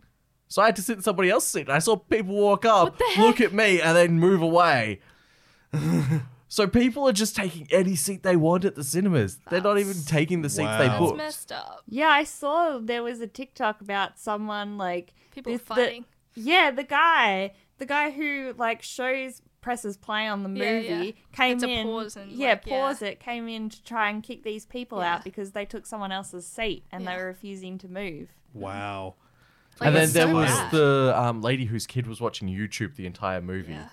So I had to sit in somebody else's seat. And I saw people walk up, look at me, and then move away. so people are just taking any seat they want at the cinemas. They're not even taking the seats they Wow. It's booked. messed up. Yeah, I saw there was a TikTok about someone like People this- the- fighting. yeah, the guy, the guy who like shows presses play on the movie Yeah, yeah. came Had to in. pause and, yeah, like, pause it. Came in to try and kick these people Yeah. out because they took someone else's seat and they Yeah. were refusing to move. Wow. Like, and then it's there so was bad. the um, lady whose kid was watching YouTube the entire movie. Yeah.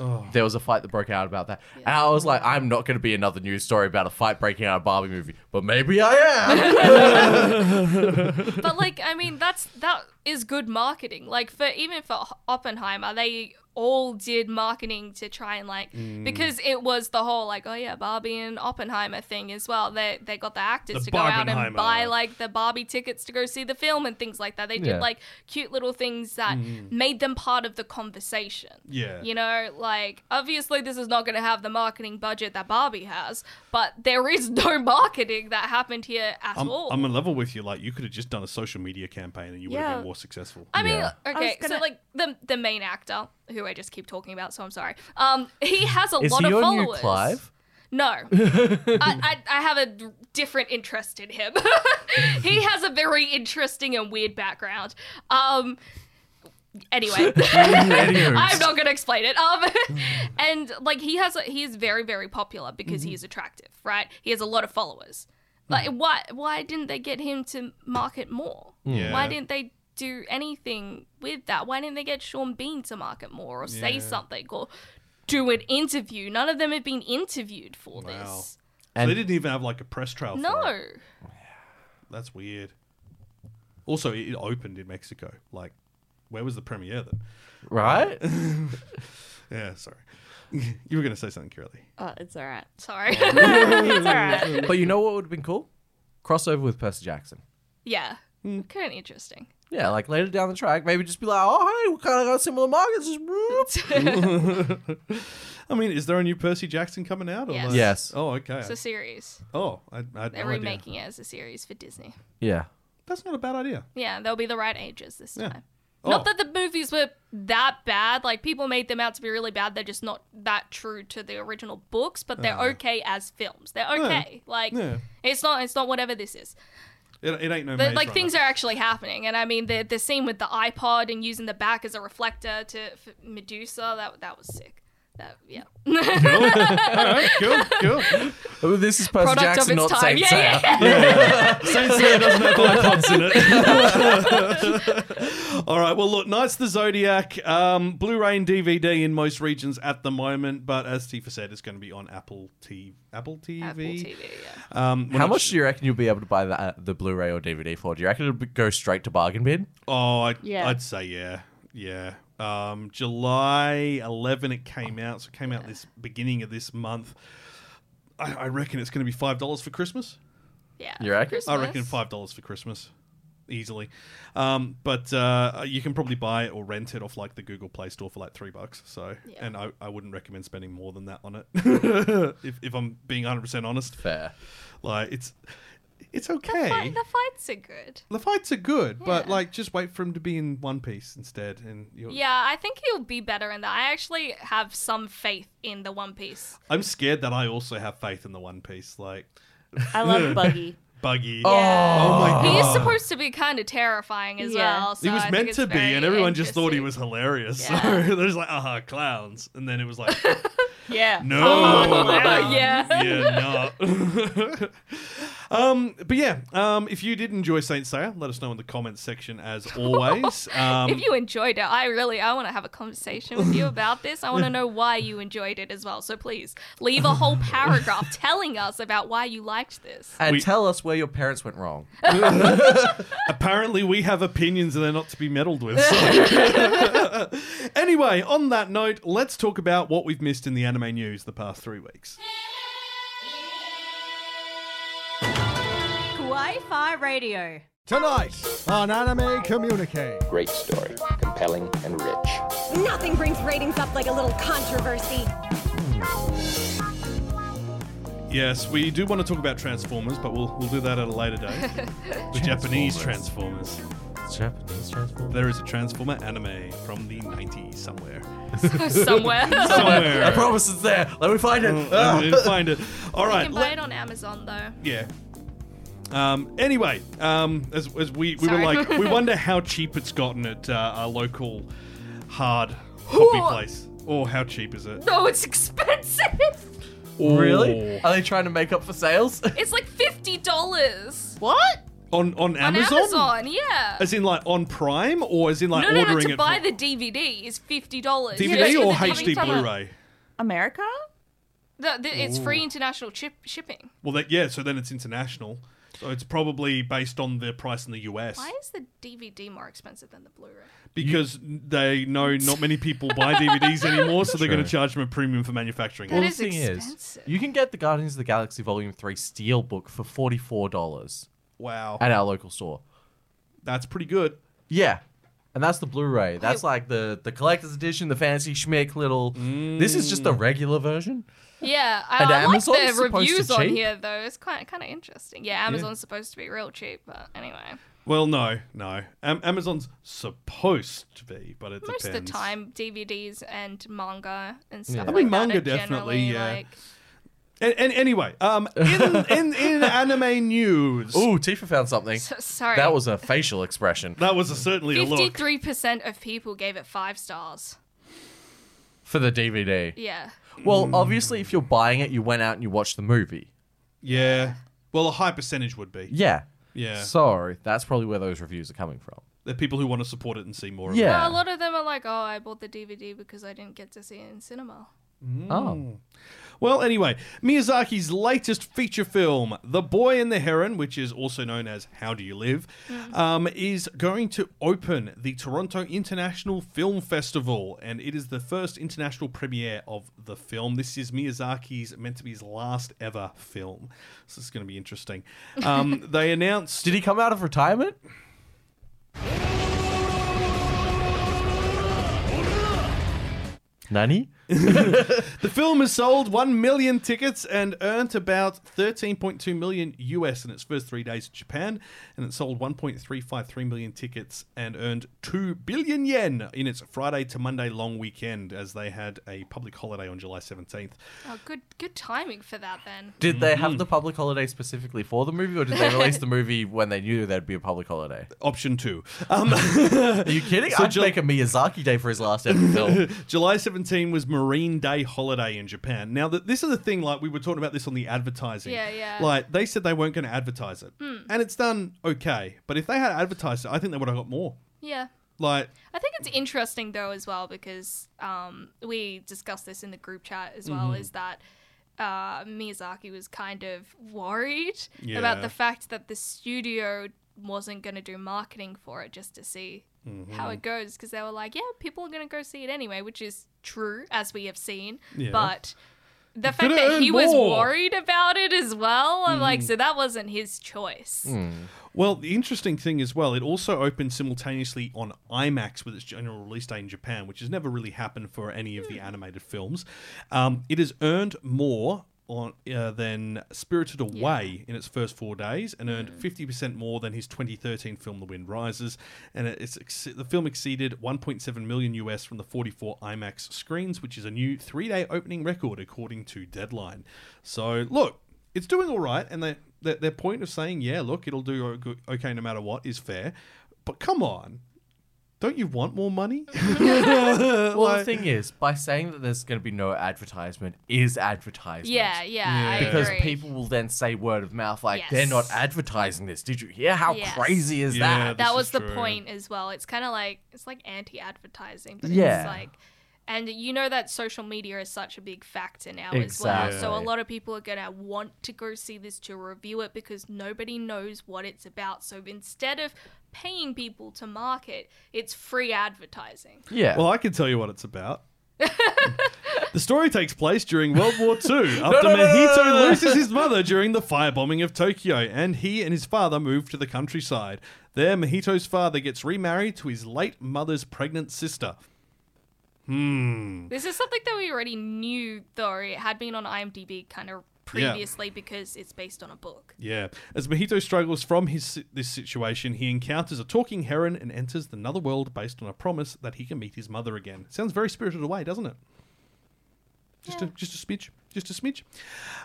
Oh. There was a fight that broke out about that. And I was like, I'm not going to be another news story about a fight breaking out of a Barbie movie, but maybe I am. but like i mean that's that is good marketing like for even for oppenheimer they all did marketing to try and like Mm. because it was the whole like oh yeah barbie and oppenheimer thing as well they they got the actors The to go out and Barbenheimer. buy like the barbie tickets to go see the film and things like that they did Yeah. like cute little things that made them part of the conversation Mm. Yeah. you know like obviously this is not going to have the marketing budget that barbie has but there is no marketing that happened here at I'm, all I'm on level with you. Like, you could have just done a social media campaign and you would have Yeah. been more successful. I mean, Yeah. okay, was so gonna- like the the main actor who I just keep talking about, so I'm sorry. Um, he has a Is lot he of your followers. new Clive? No, I, I I have a d- different interest in him. he has a very interesting and weird background. Um, anyway, I'm not gonna explain it. Um, and like he has, a, he is very very popular because Mm-hmm. he is attractive, right? He has a lot of followers. Mm. Like why why didn't they get him to market more? Yeah. Why didn't they do anything with that? Why didn't they get Sean Bean to market more or say Yeah. something or do an interview? None of them have been interviewed for Wow. this. so And- they didn't even have like a press trail. For it. No. That's weird. Also, it it opened in Mexico. Like, where was the premiere then? Right? Yeah, sorry. you were going to say something, Kirby. Oh, it's all right. Sorry. It's all right. but you know what would have been cool? Crossover with Percy Jackson. yeah. Hmm. Kind of interesting. Yeah, like later down the track, maybe just be like, oh, hey, we kind of got similar markets. Just whoop. I mean, is there a new Percy Jackson coming out? Or Yes. like- Yes. Oh, okay. It's a series. oh, I, I had They're no idea. remaking it as a series for Disney. Yeah. That's not a bad idea. Yeah, they'll be the right ages this Yeah. time. Oh. Not that the movies were that bad. Like people made them out to be really bad. They're just not that true to the original books, but they're okay as films. They're okay. Like Uh. Yeah. it's not it's not whatever this is. It, it ain't no But Maze like Runner. things are actually happening, and I mean the the scene with the iPod and using the back as a reflector to f- Medusa that that was sick. That, yeah. Cool. All right, cool, cool. Oh, this is Percy Product of Jackson, its not Saint time. Yeah, Seiya. yeah, Saint Seiya doesn't have iPods in it. All right. Well, look, Knights of the Zodiac, um, Blu-ray and DVD in most regions at the moment, but as Tifa said, it's going to be on Apple TV. Apple TV. Apple TV, yeah. Um, we're How not much su- do you reckon you'll be able to buy the, the Blu-ray or DVD for? Do you reckon it'll be- go straight to bargain bin? Oh, I, Yeah. I'd say yeah, yeah. Um, July 11 it came out, so it came out this beginning of this month. I, I reckon it's going to be five dollars for Christmas. Yeah. You reckon? Christmas. I reckon five dollars for Christmas, easily. Um, but uh, you can probably buy it or rent it off like the Google Play Store for like three bucks. So, Yeah. and I, I wouldn't recommend spending more than that on it. if, if I'm being 100 percent honest, Fair. like it's it's The, okay. fight, the fights are good. The fights are good, but Yeah. like just wait for him to be in one piece instead, and you'll. Yeah, I think he'll be better in that. I actually have some faith in the One Piece. I'm scared that I also have faith in the One Piece, like I love Buggy. Buggy. Yeah. Oh my god! He is supposed to be kind of terrifying as Yeah. well. He so was I think meant it's to be, very and everyone just thought he interesting. was hilarious. Yeah. So there's like, aha, clowns, and then it was like, Yeah. Oh. no, wow. Yeah. Oh, yeah, not. um, but yeah, um, if you did enjoy Saint Seiya, let us know in the comments section as always. Um, if you enjoyed it, I really I want to have a conversation with you about this. I want to know why you enjoyed it as well. So please leave a whole paragraph telling us about why you liked this. And We- tell us where your parents went wrong. Apparently, we have opinions and they're not to be meddled with. so- anyway, on that note, let's talk about what we've missed in the anime news the past three weeks. Kawaii Fi Radio. Tonight on Anime Communique. Great story, compelling and rich. Nothing brings ratings up like a little controversy. Yes, we do want to talk about Transformers, but we'll, we'll do that at a later date. the Japanese Transformers. Japanese transformer. There is a Transformer anime from the 90s somewhere. Somewhere. Somewhere. I promise it's there. Let me find it. Ah, I didn't find it. All You right. can buy let- it on Amazon though. Yeah. Um, anyway, um, as, as we, we were Sorry. like, we wonder how cheap it's gotten at uh, our local hard hobby Whoa. place. Or how cheap is it? No, it's expensive. Really? Are they trying to make up for sales? It's like fifty dollars What? On, on on Amazon? Amazon. Yeah. As in, like, on Prime? Or as in, like, No, no, no. ordering To it buy from the DVD is fifty dollars. DVD or HD Blu ray? America? it's free international chip shipping. Well, that yeah, so then it's international. So it's probably based on the price in the US. Why is the DVD more expensive than the Blu-ray? Because they know not many people buy DVDs anymore, so they're going to True. charge them a premium for manufacturing. That the is thing is, expensive. you can get the Guardians of the Galaxy Volume 3 Steelbook for $44 wow. at our local store. That's pretty good. Yeah. And that's the Blu-ray. That's like the the collector's edition, the fancy schmick little. This is just the Mm. regular version. Yeah, I, And I like Amazon's the supposed to reviews on cheap. here though. It's quite kind of interesting. Yeah, Amazon's supposed to be real cheap, but anyway, Well, no, no. Am- Amazon's supposed to be, but it most depends. of the time DVDs and manga and stuff. I Like mean, that manga are definitely, generally, yeah. Like, And, and anyway, um, in in, in anime news, Ooh, Tifa found something. so, sorry, That was a facial expression that was a, certainly a look. fifty-three percent of people gave it five stars. for the DVD. Yeah, Mm. Well, obviously, if you're buying it, you went out and you watched the movie. Yeah. Well, a high percentage would be. Yeah. Yeah. So that's probably where those reviews are coming from. The people who want to support it and see more of it. Yeah. Well, a lot of them are like, "Oh, I bought the DVD because I didn't get to see it in cinema." Oh. Well, anyway, Miyazaki's latest feature film, The Boy and the Heron, which is also known as How Do You Live, um, is going to open the Toronto International Film Festival, and it is the first international premiere of the film. This is Miyazaki's meant to be his last ever film, so it's going to be interesting. Um, they announced Did he come out of retirement? Nani? The film has sold 1 million tickets and earned about 13.2 million US in its first three days in Japan. And it sold 1.353 million tickets and earned 2 billion yen in its Friday to Monday long weekend as they had a public holiday on July 17th. Oh, good, good timing for that then. Did they have the public holiday specifically for the movie, or did they release the movie when they knew there'd be a public holiday? Option two. Um, Are you kidding? So I'd Jul- make a Miyazaki day for his last ever film. July 17 was Marine Day holiday in Japan. Now, th- this is the thing, like, we were talking about this on the advertising. Yeah, yeah. Like, they said they weren't going to advertise it. Hmm. And it's done okay. But if they had advertised it, I think they would have got more. Yeah. Like, I think it's interesting though as well because um, we discussed this in the group chat as well Mhm. is that uh, Miyazaki was kind of worried Yeah. about the fact that the studio wasn't going to do marketing for it just to see Mm-hmm. how it goes because they were like, yeah, people are going to go see it anyway, which is true as we have seen, Yeah. but. The You fact could've that he earned was more. worried about it as well, I'm like, Mhm. so that wasn't his choice. Mm. Well, the interesting thing as well, it also opened simultaneously on IMAX with its general release date in Japan, which has never really happened for any of the animated films. Um, it has earned more on uh, than Spirited Away in its first four days, and earned fifty percent more than his 2013 film The Wind Rises, and it- it's ex- the film exceeded 1.7 million US from the 44 IMAX screens, which is a new three-day opening record according to Deadline. So, look it's doing all right, and they, their their point of saying, yeah, look, it'll do o- go- okay no matter what is fair, but come on, don't you want more money? Well, the thing is, by saying that there's going to be no advertisement is advertisement. Yeah, yeah, I because agree. people will then say word of mouth like they're not advertising this. Did you hear how Yes. crazy is Yeah, that? that was the point as well. It's kind of like it's like anti-advertising, but Yeah. it's like, and you know that social media is such a big factor now as well. So a Exactly. lot of people are gonna want to go see this to review it because nobody knows what it's about. So instead of paying people to market, it's free advertising. Yeah. Well, I can tell you what it's about. the story takes place during World War II after no, no, Mahito no, no, no. loses his mother during the firebombing of Tokyo, and he and his father move to the countryside. There, Mahito's father gets remarried to his late mother's pregnant sister. Hmm. This is something that we already knew, though it had been on IMDb kind of previously because it's based on a book. Yeah. As Mojito struggles from his si- this situation, he encounters a talking heron and enters another world based on a promise that he can meet his mother again. Sounds very spirited away, doesn't it? Just a just a smidge, just a smidge.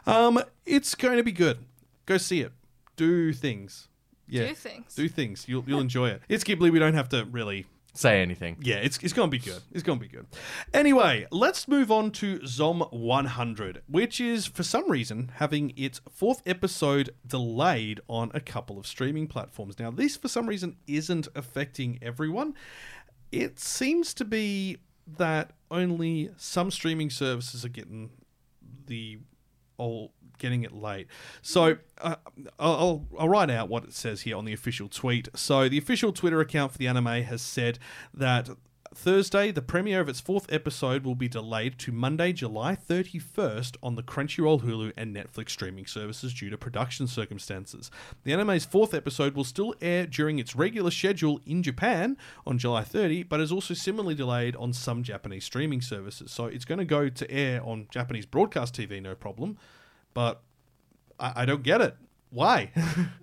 Um, it's going to be good. Go see it. Do things. Yeah. Do things. Do things. You'll you'll enjoy it. It's Ghibli. We don't have to really Say anything. yeah, it's, it's going to be good. It's going to be good. Anyway, let's move on to Zom 100, which is, for some reason, having its fourth episode delayed on a couple of streaming platforms. Now, this, for some reason, isn't affecting everyone. It seems to be that only some streaming services are getting the all getting it late. So uh, I'll, I'll- I'll write out what it says here on the official tweet. So the official Twitter account for the anime has said that Thursday, the premiere of its fourth episode will be delayed to Monday, July 31st on the Crunchyroll, Hulu, and Netflix streaming services due to production circumstances. The anime's fourth episode will still air during its regular schedule in Japan on July 30, but is also similarly delayed on some Japanese streaming services. So it's going to go to air on Japanese broadcast TV, no problem. But I, I don't get it. Why?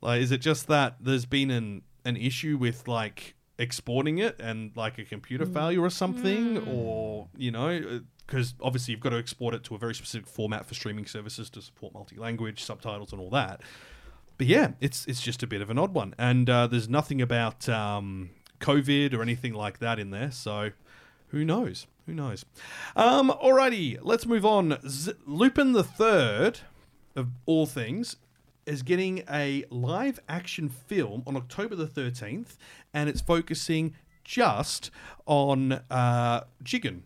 like, is it just that there's been an an issue with like exporting it and like a computer failure or something, or you know? Because obviously you've got to export it to a very specific format for streaming services to support multi-language subtitles and all that. But yeah, it's it's just a bit of an odd one, and uh, there's nothing about um, COVID or anything like that in there, so who knows? Who knows? Um, alrighty, let's move on. Z- Lupin the Third, of all things, is getting a live action film on October the 13th, and it's focusing just on uh, Jigen,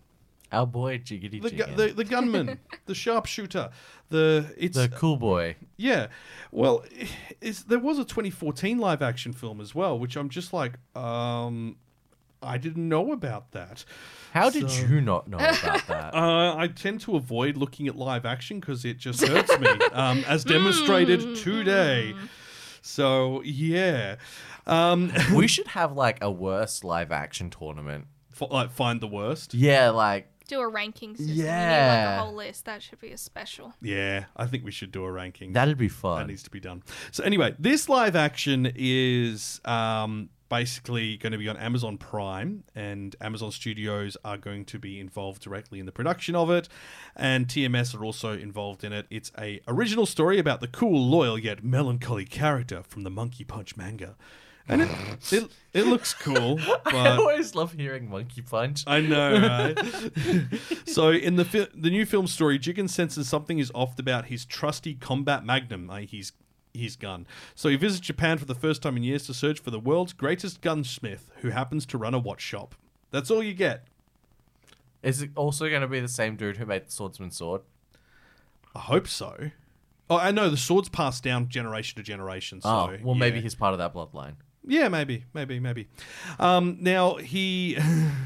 Our boy Jiggity the, gu- Jiggin. the the gunman, the sharpshooter, the it's the cool boy. yeah. Well, is there was a 2014 live action film as well, which I'm just like, um, I didn't know about that. How did So- you not know about that? Uh, I tend to avoid looking at live action because it just hurts me, um, as demonstrated today. So yeah, um, we should have like a worst live action tournament. f- like find the worst. Yeah, like Do a ranking system. You need like Yeah. a whole list. That should be a special. Yeah, I think we should do a ranking. that'd be that fun. needs to be done. So anyway, this live action is um, basically going to be on Amazon Prime, and Amazon Studios are going to be involved directly in the production of it, and TMS are also involved in it. It's a original story about the cool, loyal yet melancholy character from the Monkey Punch manga. And it, it, it looks cool, I but always love hearing monkey punch. I know, right? so in the fi- the new film story, Jiggins senses something is off about his trusty combat magnum, i.e., his his gun. So he visits Japan for the first time in years to search for the world's greatest gunsmith, who happens to run a watch shop. That's all you get. Is it also going to be the same dude who made the swordsman sword? I hope so. Oh, I know the sword's passed down generation to generation. So oh, well, yeah. maybe he's part of that bloodline. Yeah, maybe, maybe, maybe. Um, now he,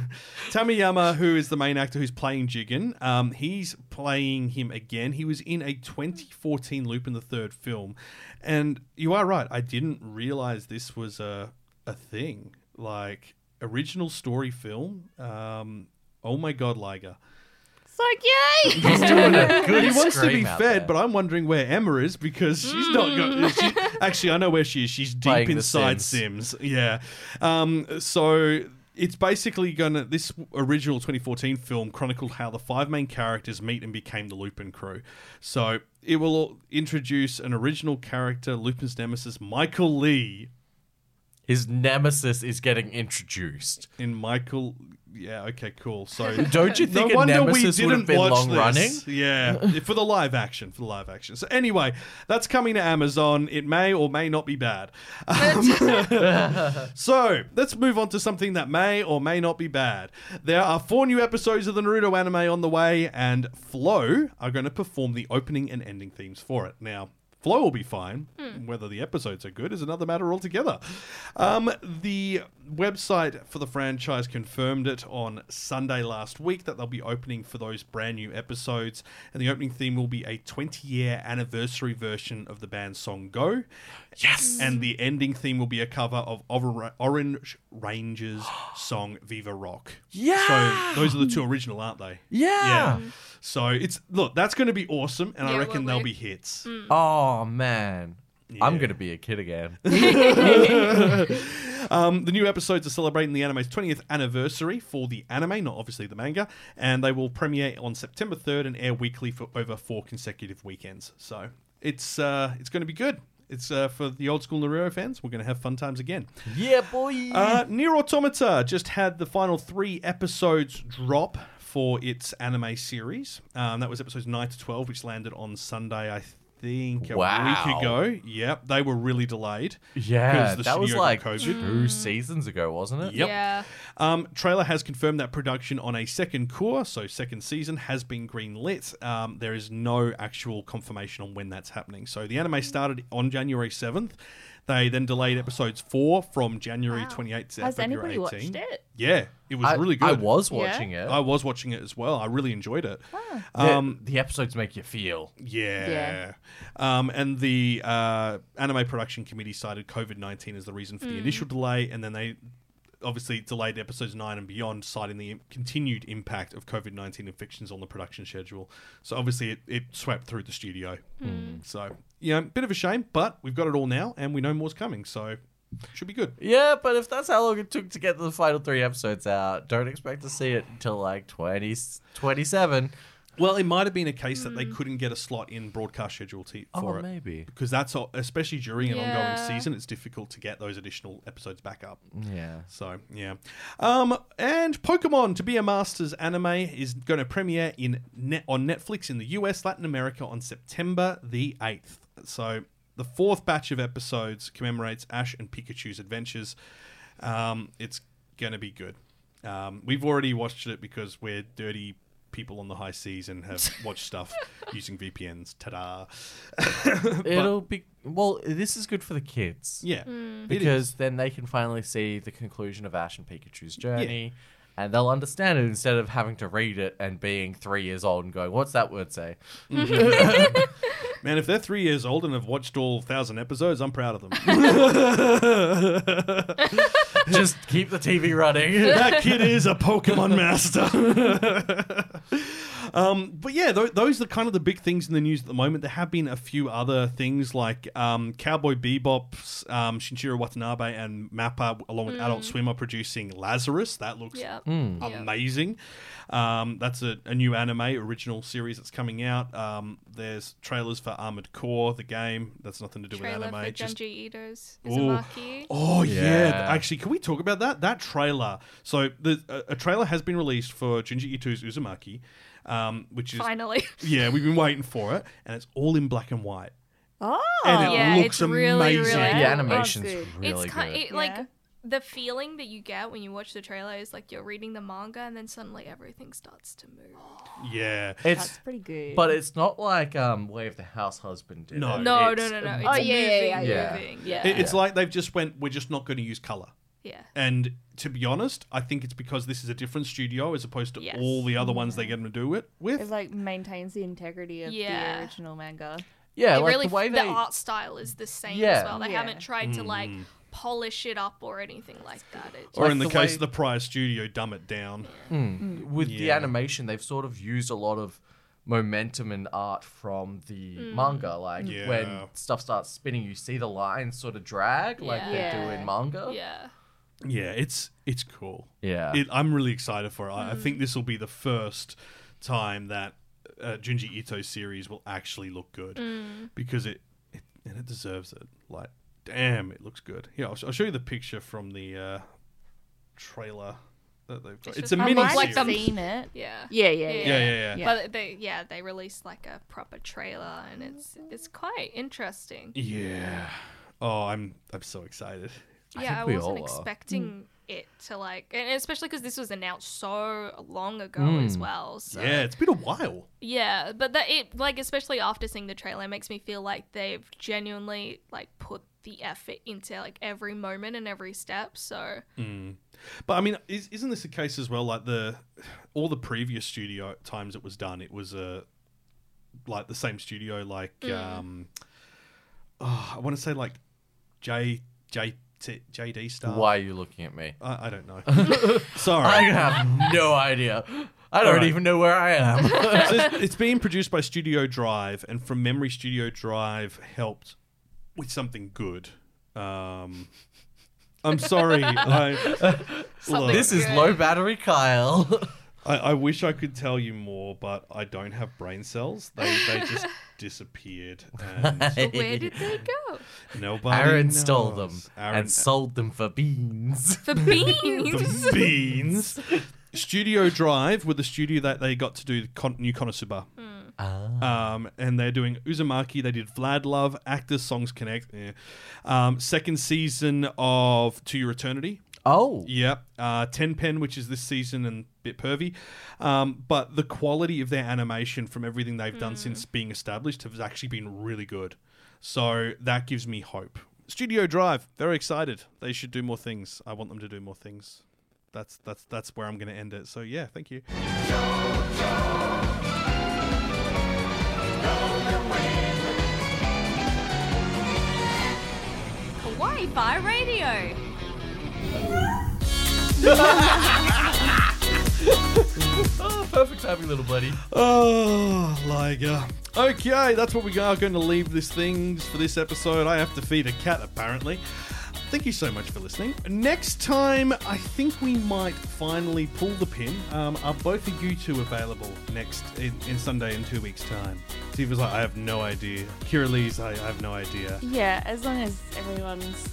Tamiyama, who is the main actor who's playing Jigen, um, he's playing him again. He was in a 2014 loop in the third film, and you are right. I didn't realize this was a a thing like original story film. Um, oh my god, Liger. It's like, yay! He's doing it. Good he wants to scream be out fed, there. but I'm wondering where Emma is because she's not got. She, actually, I know where she is. She's deep Playing the inside Sims. Sims. Yeah. Um, so it's basically gonna. This original 2014 film chronicled how the five main characters meet and became the Lupin crew. So it will introduce an original character, Lupin's nemesis, Michael Lee, His nemesis is getting introduced. in Michael. Yeah. Okay. Cool. So Don't you think a nemesis would have been long running? Yeah, for the live action, for the live action. So anyway, that's coming to Amazon. It may or may not be bad. Um, so let's move on to something that may or may not be bad. There are four new episodes of the Naruto anime on the way, and Flow are going to perform the opening and ending themes for it. Now. Flow will be fine. Whether the episodes are good is another matter altogether. Um, the website for the franchise confirmed it on Sunday last week that they'll be opening for those brand new episodes. And the opening theme will be a 20 year anniversary version of the band's song Go. Yes. Mm. And the ending theme will be a cover of Overa- Orange Ranger's song Viva Rock. Yeah. So those are the two original, aren't they? Yeah. So it's look, that's going to be awesome, and Yeah, I it reckon will they'll be. be hits. Oh man, I'm Yeah. gonna be a kid again. Um, the new episodes are celebrating the anime's 20th anniversary for the anime, not obviously the manga, and they will premiere on September 3rd and air weekly for over four consecutive weekends. So it's uh, it's going to be good. It's uh, for the old school Naruto fans. We're going to have fun times again. yeah, boy. Uh, Near Automata just had the final three episodes drop for its anime series. Um, that was episodes 9 to 12, which landed on Sunday, I think, a Wow. week ago. Yep, they were really delayed. yeah, 'Cause the that was Shinyori like COVID. two seasons ago, wasn't Mm. it? Yep. Yeah. Um, trailer has confirmed that production on a second core, so second season, has been greenlit. Um, there is no actual confirmation on when that's happening. So the anime started on January 7th. They then delayed episodes four from January 28th to Has February anybody 18th. watched it? Yeah, it was I, really good. I was watching it. I was watching it as well. I really enjoyed it. um, the episodes make you feel. Yeah. Um, and the uh, anime production committee cited COVID 19 as the reason for the initial delay, and then they obviously delayed episodes 9 and beyond, citing the continued impact of COVID 19 infections on the production schedule. So obviously, it, it swept through the studio. So, you know, bit of a shame, but we've got it all now, and we know more's coming. So, should be good. Yeah, but if that's how long it took to get the final three episodes out, don't expect to see it until like 20, 27. Well, it might have been a case that they couldn't get a slot in broadcast schedule t- for oh, it. maybe. because that's all, especially during an Yeah. ongoing season, it's difficult to get those additional episodes back up. Yeah. So yeah, um, and Pokemon to be a Masters anime is going to premiere in net on Netflix in the US, Latin America on September the eighth. So the fourth batch of episodes commemorates Ash and Pikachu's adventures. Um, it's going to be good. Um, we've already watched it because we're dirty people on the high seas and have watched stuff using VPNs. Ta-da! It'll be. Well, this is good for the kids. Yeah, it is. Because then they can finally see the conclusion of Ash and Pikachu's journey. And they'll understand it instead of having to read it and being three years old and going, "What's that word say?" Man, if they're three years old and have watched all thousand episodes, I'm proud of them. Just keep the TV running. that kid is a Pokemon master. Um, but yeah, th- those are kind of the big things in the news at the moment. There have been a few other things like um, Cowboy Bebop's um, Shinjiro Watanabe and Mappa, along with Mm. Adult Swim, are producing Lazarus. That looks Yeah. Mm. Yeah. amazing. Um, that's a, a new anime original series that's coming out. Um, there's trailers for Armored Core, the game. That's nothing to do Trailer with for anime. just- Junji Ito's Ooh. Uzumaki. Oh yeah. Yeah. actually, can we talk about that? That trailer. So the a, a trailer has been released for Junji Ito's Uzumaki, um, which is Finally. yeah, we've been waiting for it, and it's all in black and white. Oh, And it yeah, looks it's really, amazing. really The cool. animation's Oh, good. really it's ki- good. It, like the feeling that you get when you watch the trailer is like you're reading the manga and then suddenly everything starts to move. Yeah, it's That's pretty good. But it's not like um, Way of the House Husband did. No. it. No, It's- no, no, no. Oh, It's yeah, moving, yeah, yeah, moving. yeah. It- it's like they've just went. We're just not going to use color. Yeah. And to be honest, I think it's because this is a different studio as opposed to Yes. all the other ones they get to do it with. It like maintains the integrity of Yeah. the original manga. Yeah, It like really, the way the they- art style is the same Yeah. as well. They Yeah. haven't tried to like Mm. polish it up or anything like that. It or Like in the, the case way- of the prior studio, dumb it down. Mm. With the Yeah. animation, they've sort of used a lot of momentum and art from the Mm. manga. Like Yeah. when stuff starts spinning, you see the lines sort of drag, like they do Yeah. in manga. Yeah. Yeah, it's it's cool. Yeah. it, I'm really excited for it. I, I think this will be the first time that uh, Junji Ito's series will actually look good Mm. because it, it and it deserves it. Like, damn, it looks good. Yeah, I'll, sh- I'll show you the picture from the uh, trailer that they've got. It's, a mini I've series. seen it. Yeah. Yeah, yeah, yeah. Yeah, yeah, yeah. But they, yeah, they released like a proper trailer, and it's it's quite interesting. Yeah. Oh, I'm I'm so excited. Yeah, I, wasn't Hmm. expecting it to like, and especially because this was announced so long ago as Mm. well. So. Yeah, it's been a while. Yeah, but that it like especially after seeing the trailer it makes me feel like they've genuinely like put the effort into like every moment and every step. So Mm. But I mean, is, isn't this a case as well? Like the all the previous studio times it was done, it was uh, like the same studio. Like Mm. um, oh, I want to say like J J T, JD Star. Why are you looking at me? I, I don't know. Sorry, I have no idea. I don't Alright. even know where I am. So it's, it's being produced by Studio Drive, and from memory, Studio Drive helped with something good. Um, I'm sorry. I, Something Look. This is good. low battery, Kyle. I, I wish I could tell you more, but I don't have brain cells. They, they just disappeared. And So where did they go? Nobody. Aaron knows. stole them Aaron- and sold them for beans. For beans. the beans. Studio Drive were the studio that they got to do con- New Konosuba. Hmm. Um, and they're doing Uzumaki. They did Vlad Love, Actors, Songs Connect. eh. Um, second season of To Your Eternity. Oh. Yep. Uh, Ten Pen, which is this season and a bit pervy. Um, but the quality of their animation from everything they've done since being established has actually been really good. So that gives me hope. Studio Drive, very excited. They should do more things. I want them to do more things. That's that's that's where I'm going to end it. So yeah, thank you. Hawaii Fi Radio. oh, perfect timing, little buddy. Oh, Liger. Okay, that's what we are going to leave this things for this episode. I have to feed a cat, apparently. Thank you so much for listening. Next time, I think we might finally pull the pin. Um, are both of you two available next in, in Sunday in two weeks' time? Steve was like, I have no idea. Kira Lee's, I, I have no idea. Yeah, as long as everyone's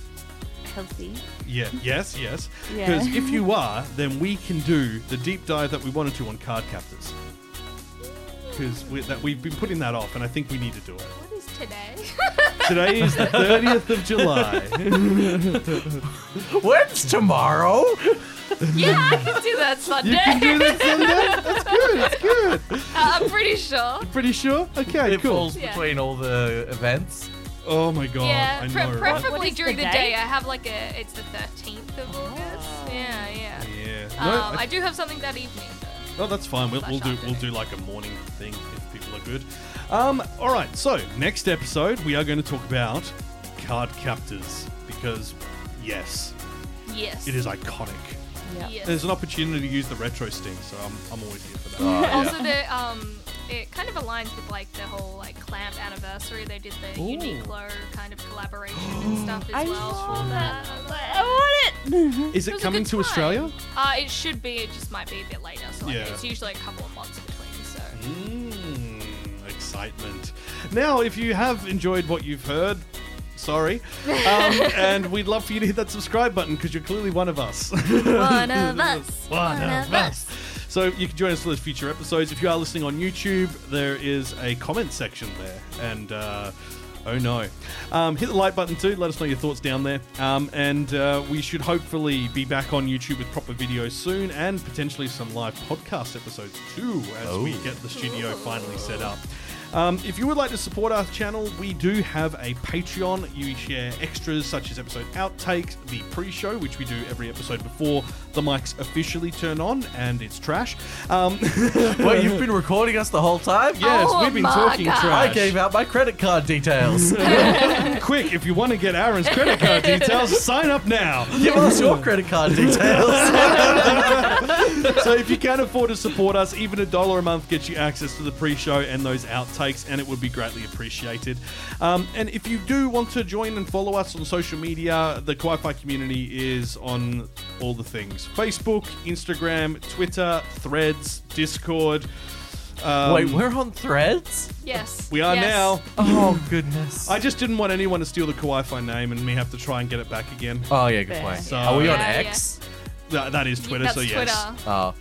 healthy. Yeah, yes, yes. Yeah. Because if you are, then we can do the deep dive that we wanted to on card captors. Because we, that we've been putting that off, and I think we need to do it. What is today? Today is the 30th of July. When's tomorrow? yeah, I can do that Sunday. You can do that Sunday? That's good. That's good. Uh, I'm pretty sure. Pretty sure? Okay, it cool. falls Yeah. between all the events. Oh my god, yeah, I pre- know. right? preferably What is the during the, date? day. I have like a. It's the 13th of August. Ah. Yeah, yeah. Yeah. No, Um, I- I do have something that evening. Oh, that's fine. We'll, we'll do we'll do like a morning thing if people are good. Um, all right. So next episode we are going to talk about card captors because yes, Yes. it is iconic. Yes. There's an opportunity to use the retro sting, so I'm, I'm always here for that. also, the um, it kind of aligns with like the whole like clamp anniversary. They did the Ooh. Uniqlo kind of collaboration and stuff as well. for that. I want Is it was a coming good to time. Australia? Uh, it should be. It just might be a bit later. So like, Yeah. it's usually a couple of months between. So Mm, excitement. Now, if you have enjoyed what you've heard, sorry. Um, and we'd love for you to hit that subscribe button because you're clearly one of us. one of us. One of us. So you can join us for those future episodes. If you are listening on YouTube, there is a comment section there. And uh, oh no. Um, hit the like button too. Let us know your thoughts down there. Um, and uh, we should hopefully be back on YouTube with proper videos soon and potentially some live podcast episodes too as we Oh. get the studio finally set up. Um, if you would like to support our channel, we do have a Patreon. You share extras such as episode outtakes, the pre show, which we do every episode before the mics officially turn on, and it's trash. Um, Wait, you've been recording us the whole time? Yes, Oh we've been my talking God. trash. I gave out my credit card details. Quick, if you want to get Aaron's credit card details, sign up now. Give us your credit card details. so if you can afford to support us, even a dollar a month gets you access to the pre-show and those outtakes, and it would be greatly appreciated. Um, and if you do want to join and follow us on social media, the Wi-Fi community is on all the things: Facebook, Instagram, Twitter, Threads, Discord. Um, Wait, we're on Threads? Yes. We are Yes. now. Oh, goodness. I just didn't want anyone to steal the Kawhi name and me have to try and get it back again. Oh, yeah, good Fair. point. Are we on Yeah, X? That- that is Twitter, that's so yes. Twitter. Oh.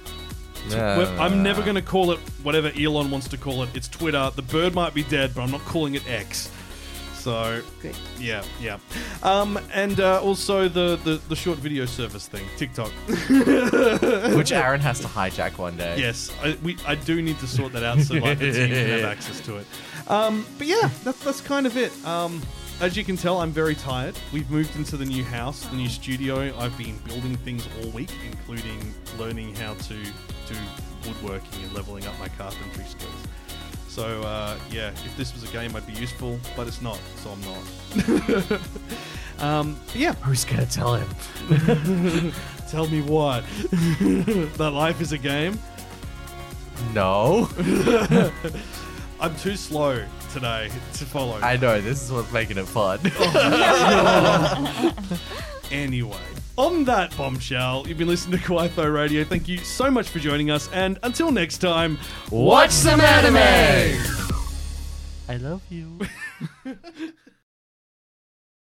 Well, I'm never going to call it whatever Elon wants to call it. It's Twitter. The bird might be dead, but I'm not calling it X. So, yeah, yeah. Um, and uh, also the, the, the short video service thing, TikTok. Which Aaron has to hijack one day. Yes, I, we, I do need to sort that out so like, the team can have access to it. Um, but yeah, that's, that's kind of it. Um, as you can tell, I'm very tired. We've moved into the new house, the new studio. I've been building things all week, including learning how to do woodworking and leveling up my carpentry skills. So uh, yeah, if this was a game, I'd be useful, but it's not, so I'm not. um, but yeah, who's gonna tell him? tell me what? that life is a game. No. I'm too slow today to follow. I know, this is what's making it fun. anyway, on that bombshell, you've been listening to Kawaitho Radio. Thank you so much for joining us, and until next time, Watch some anime! I love you.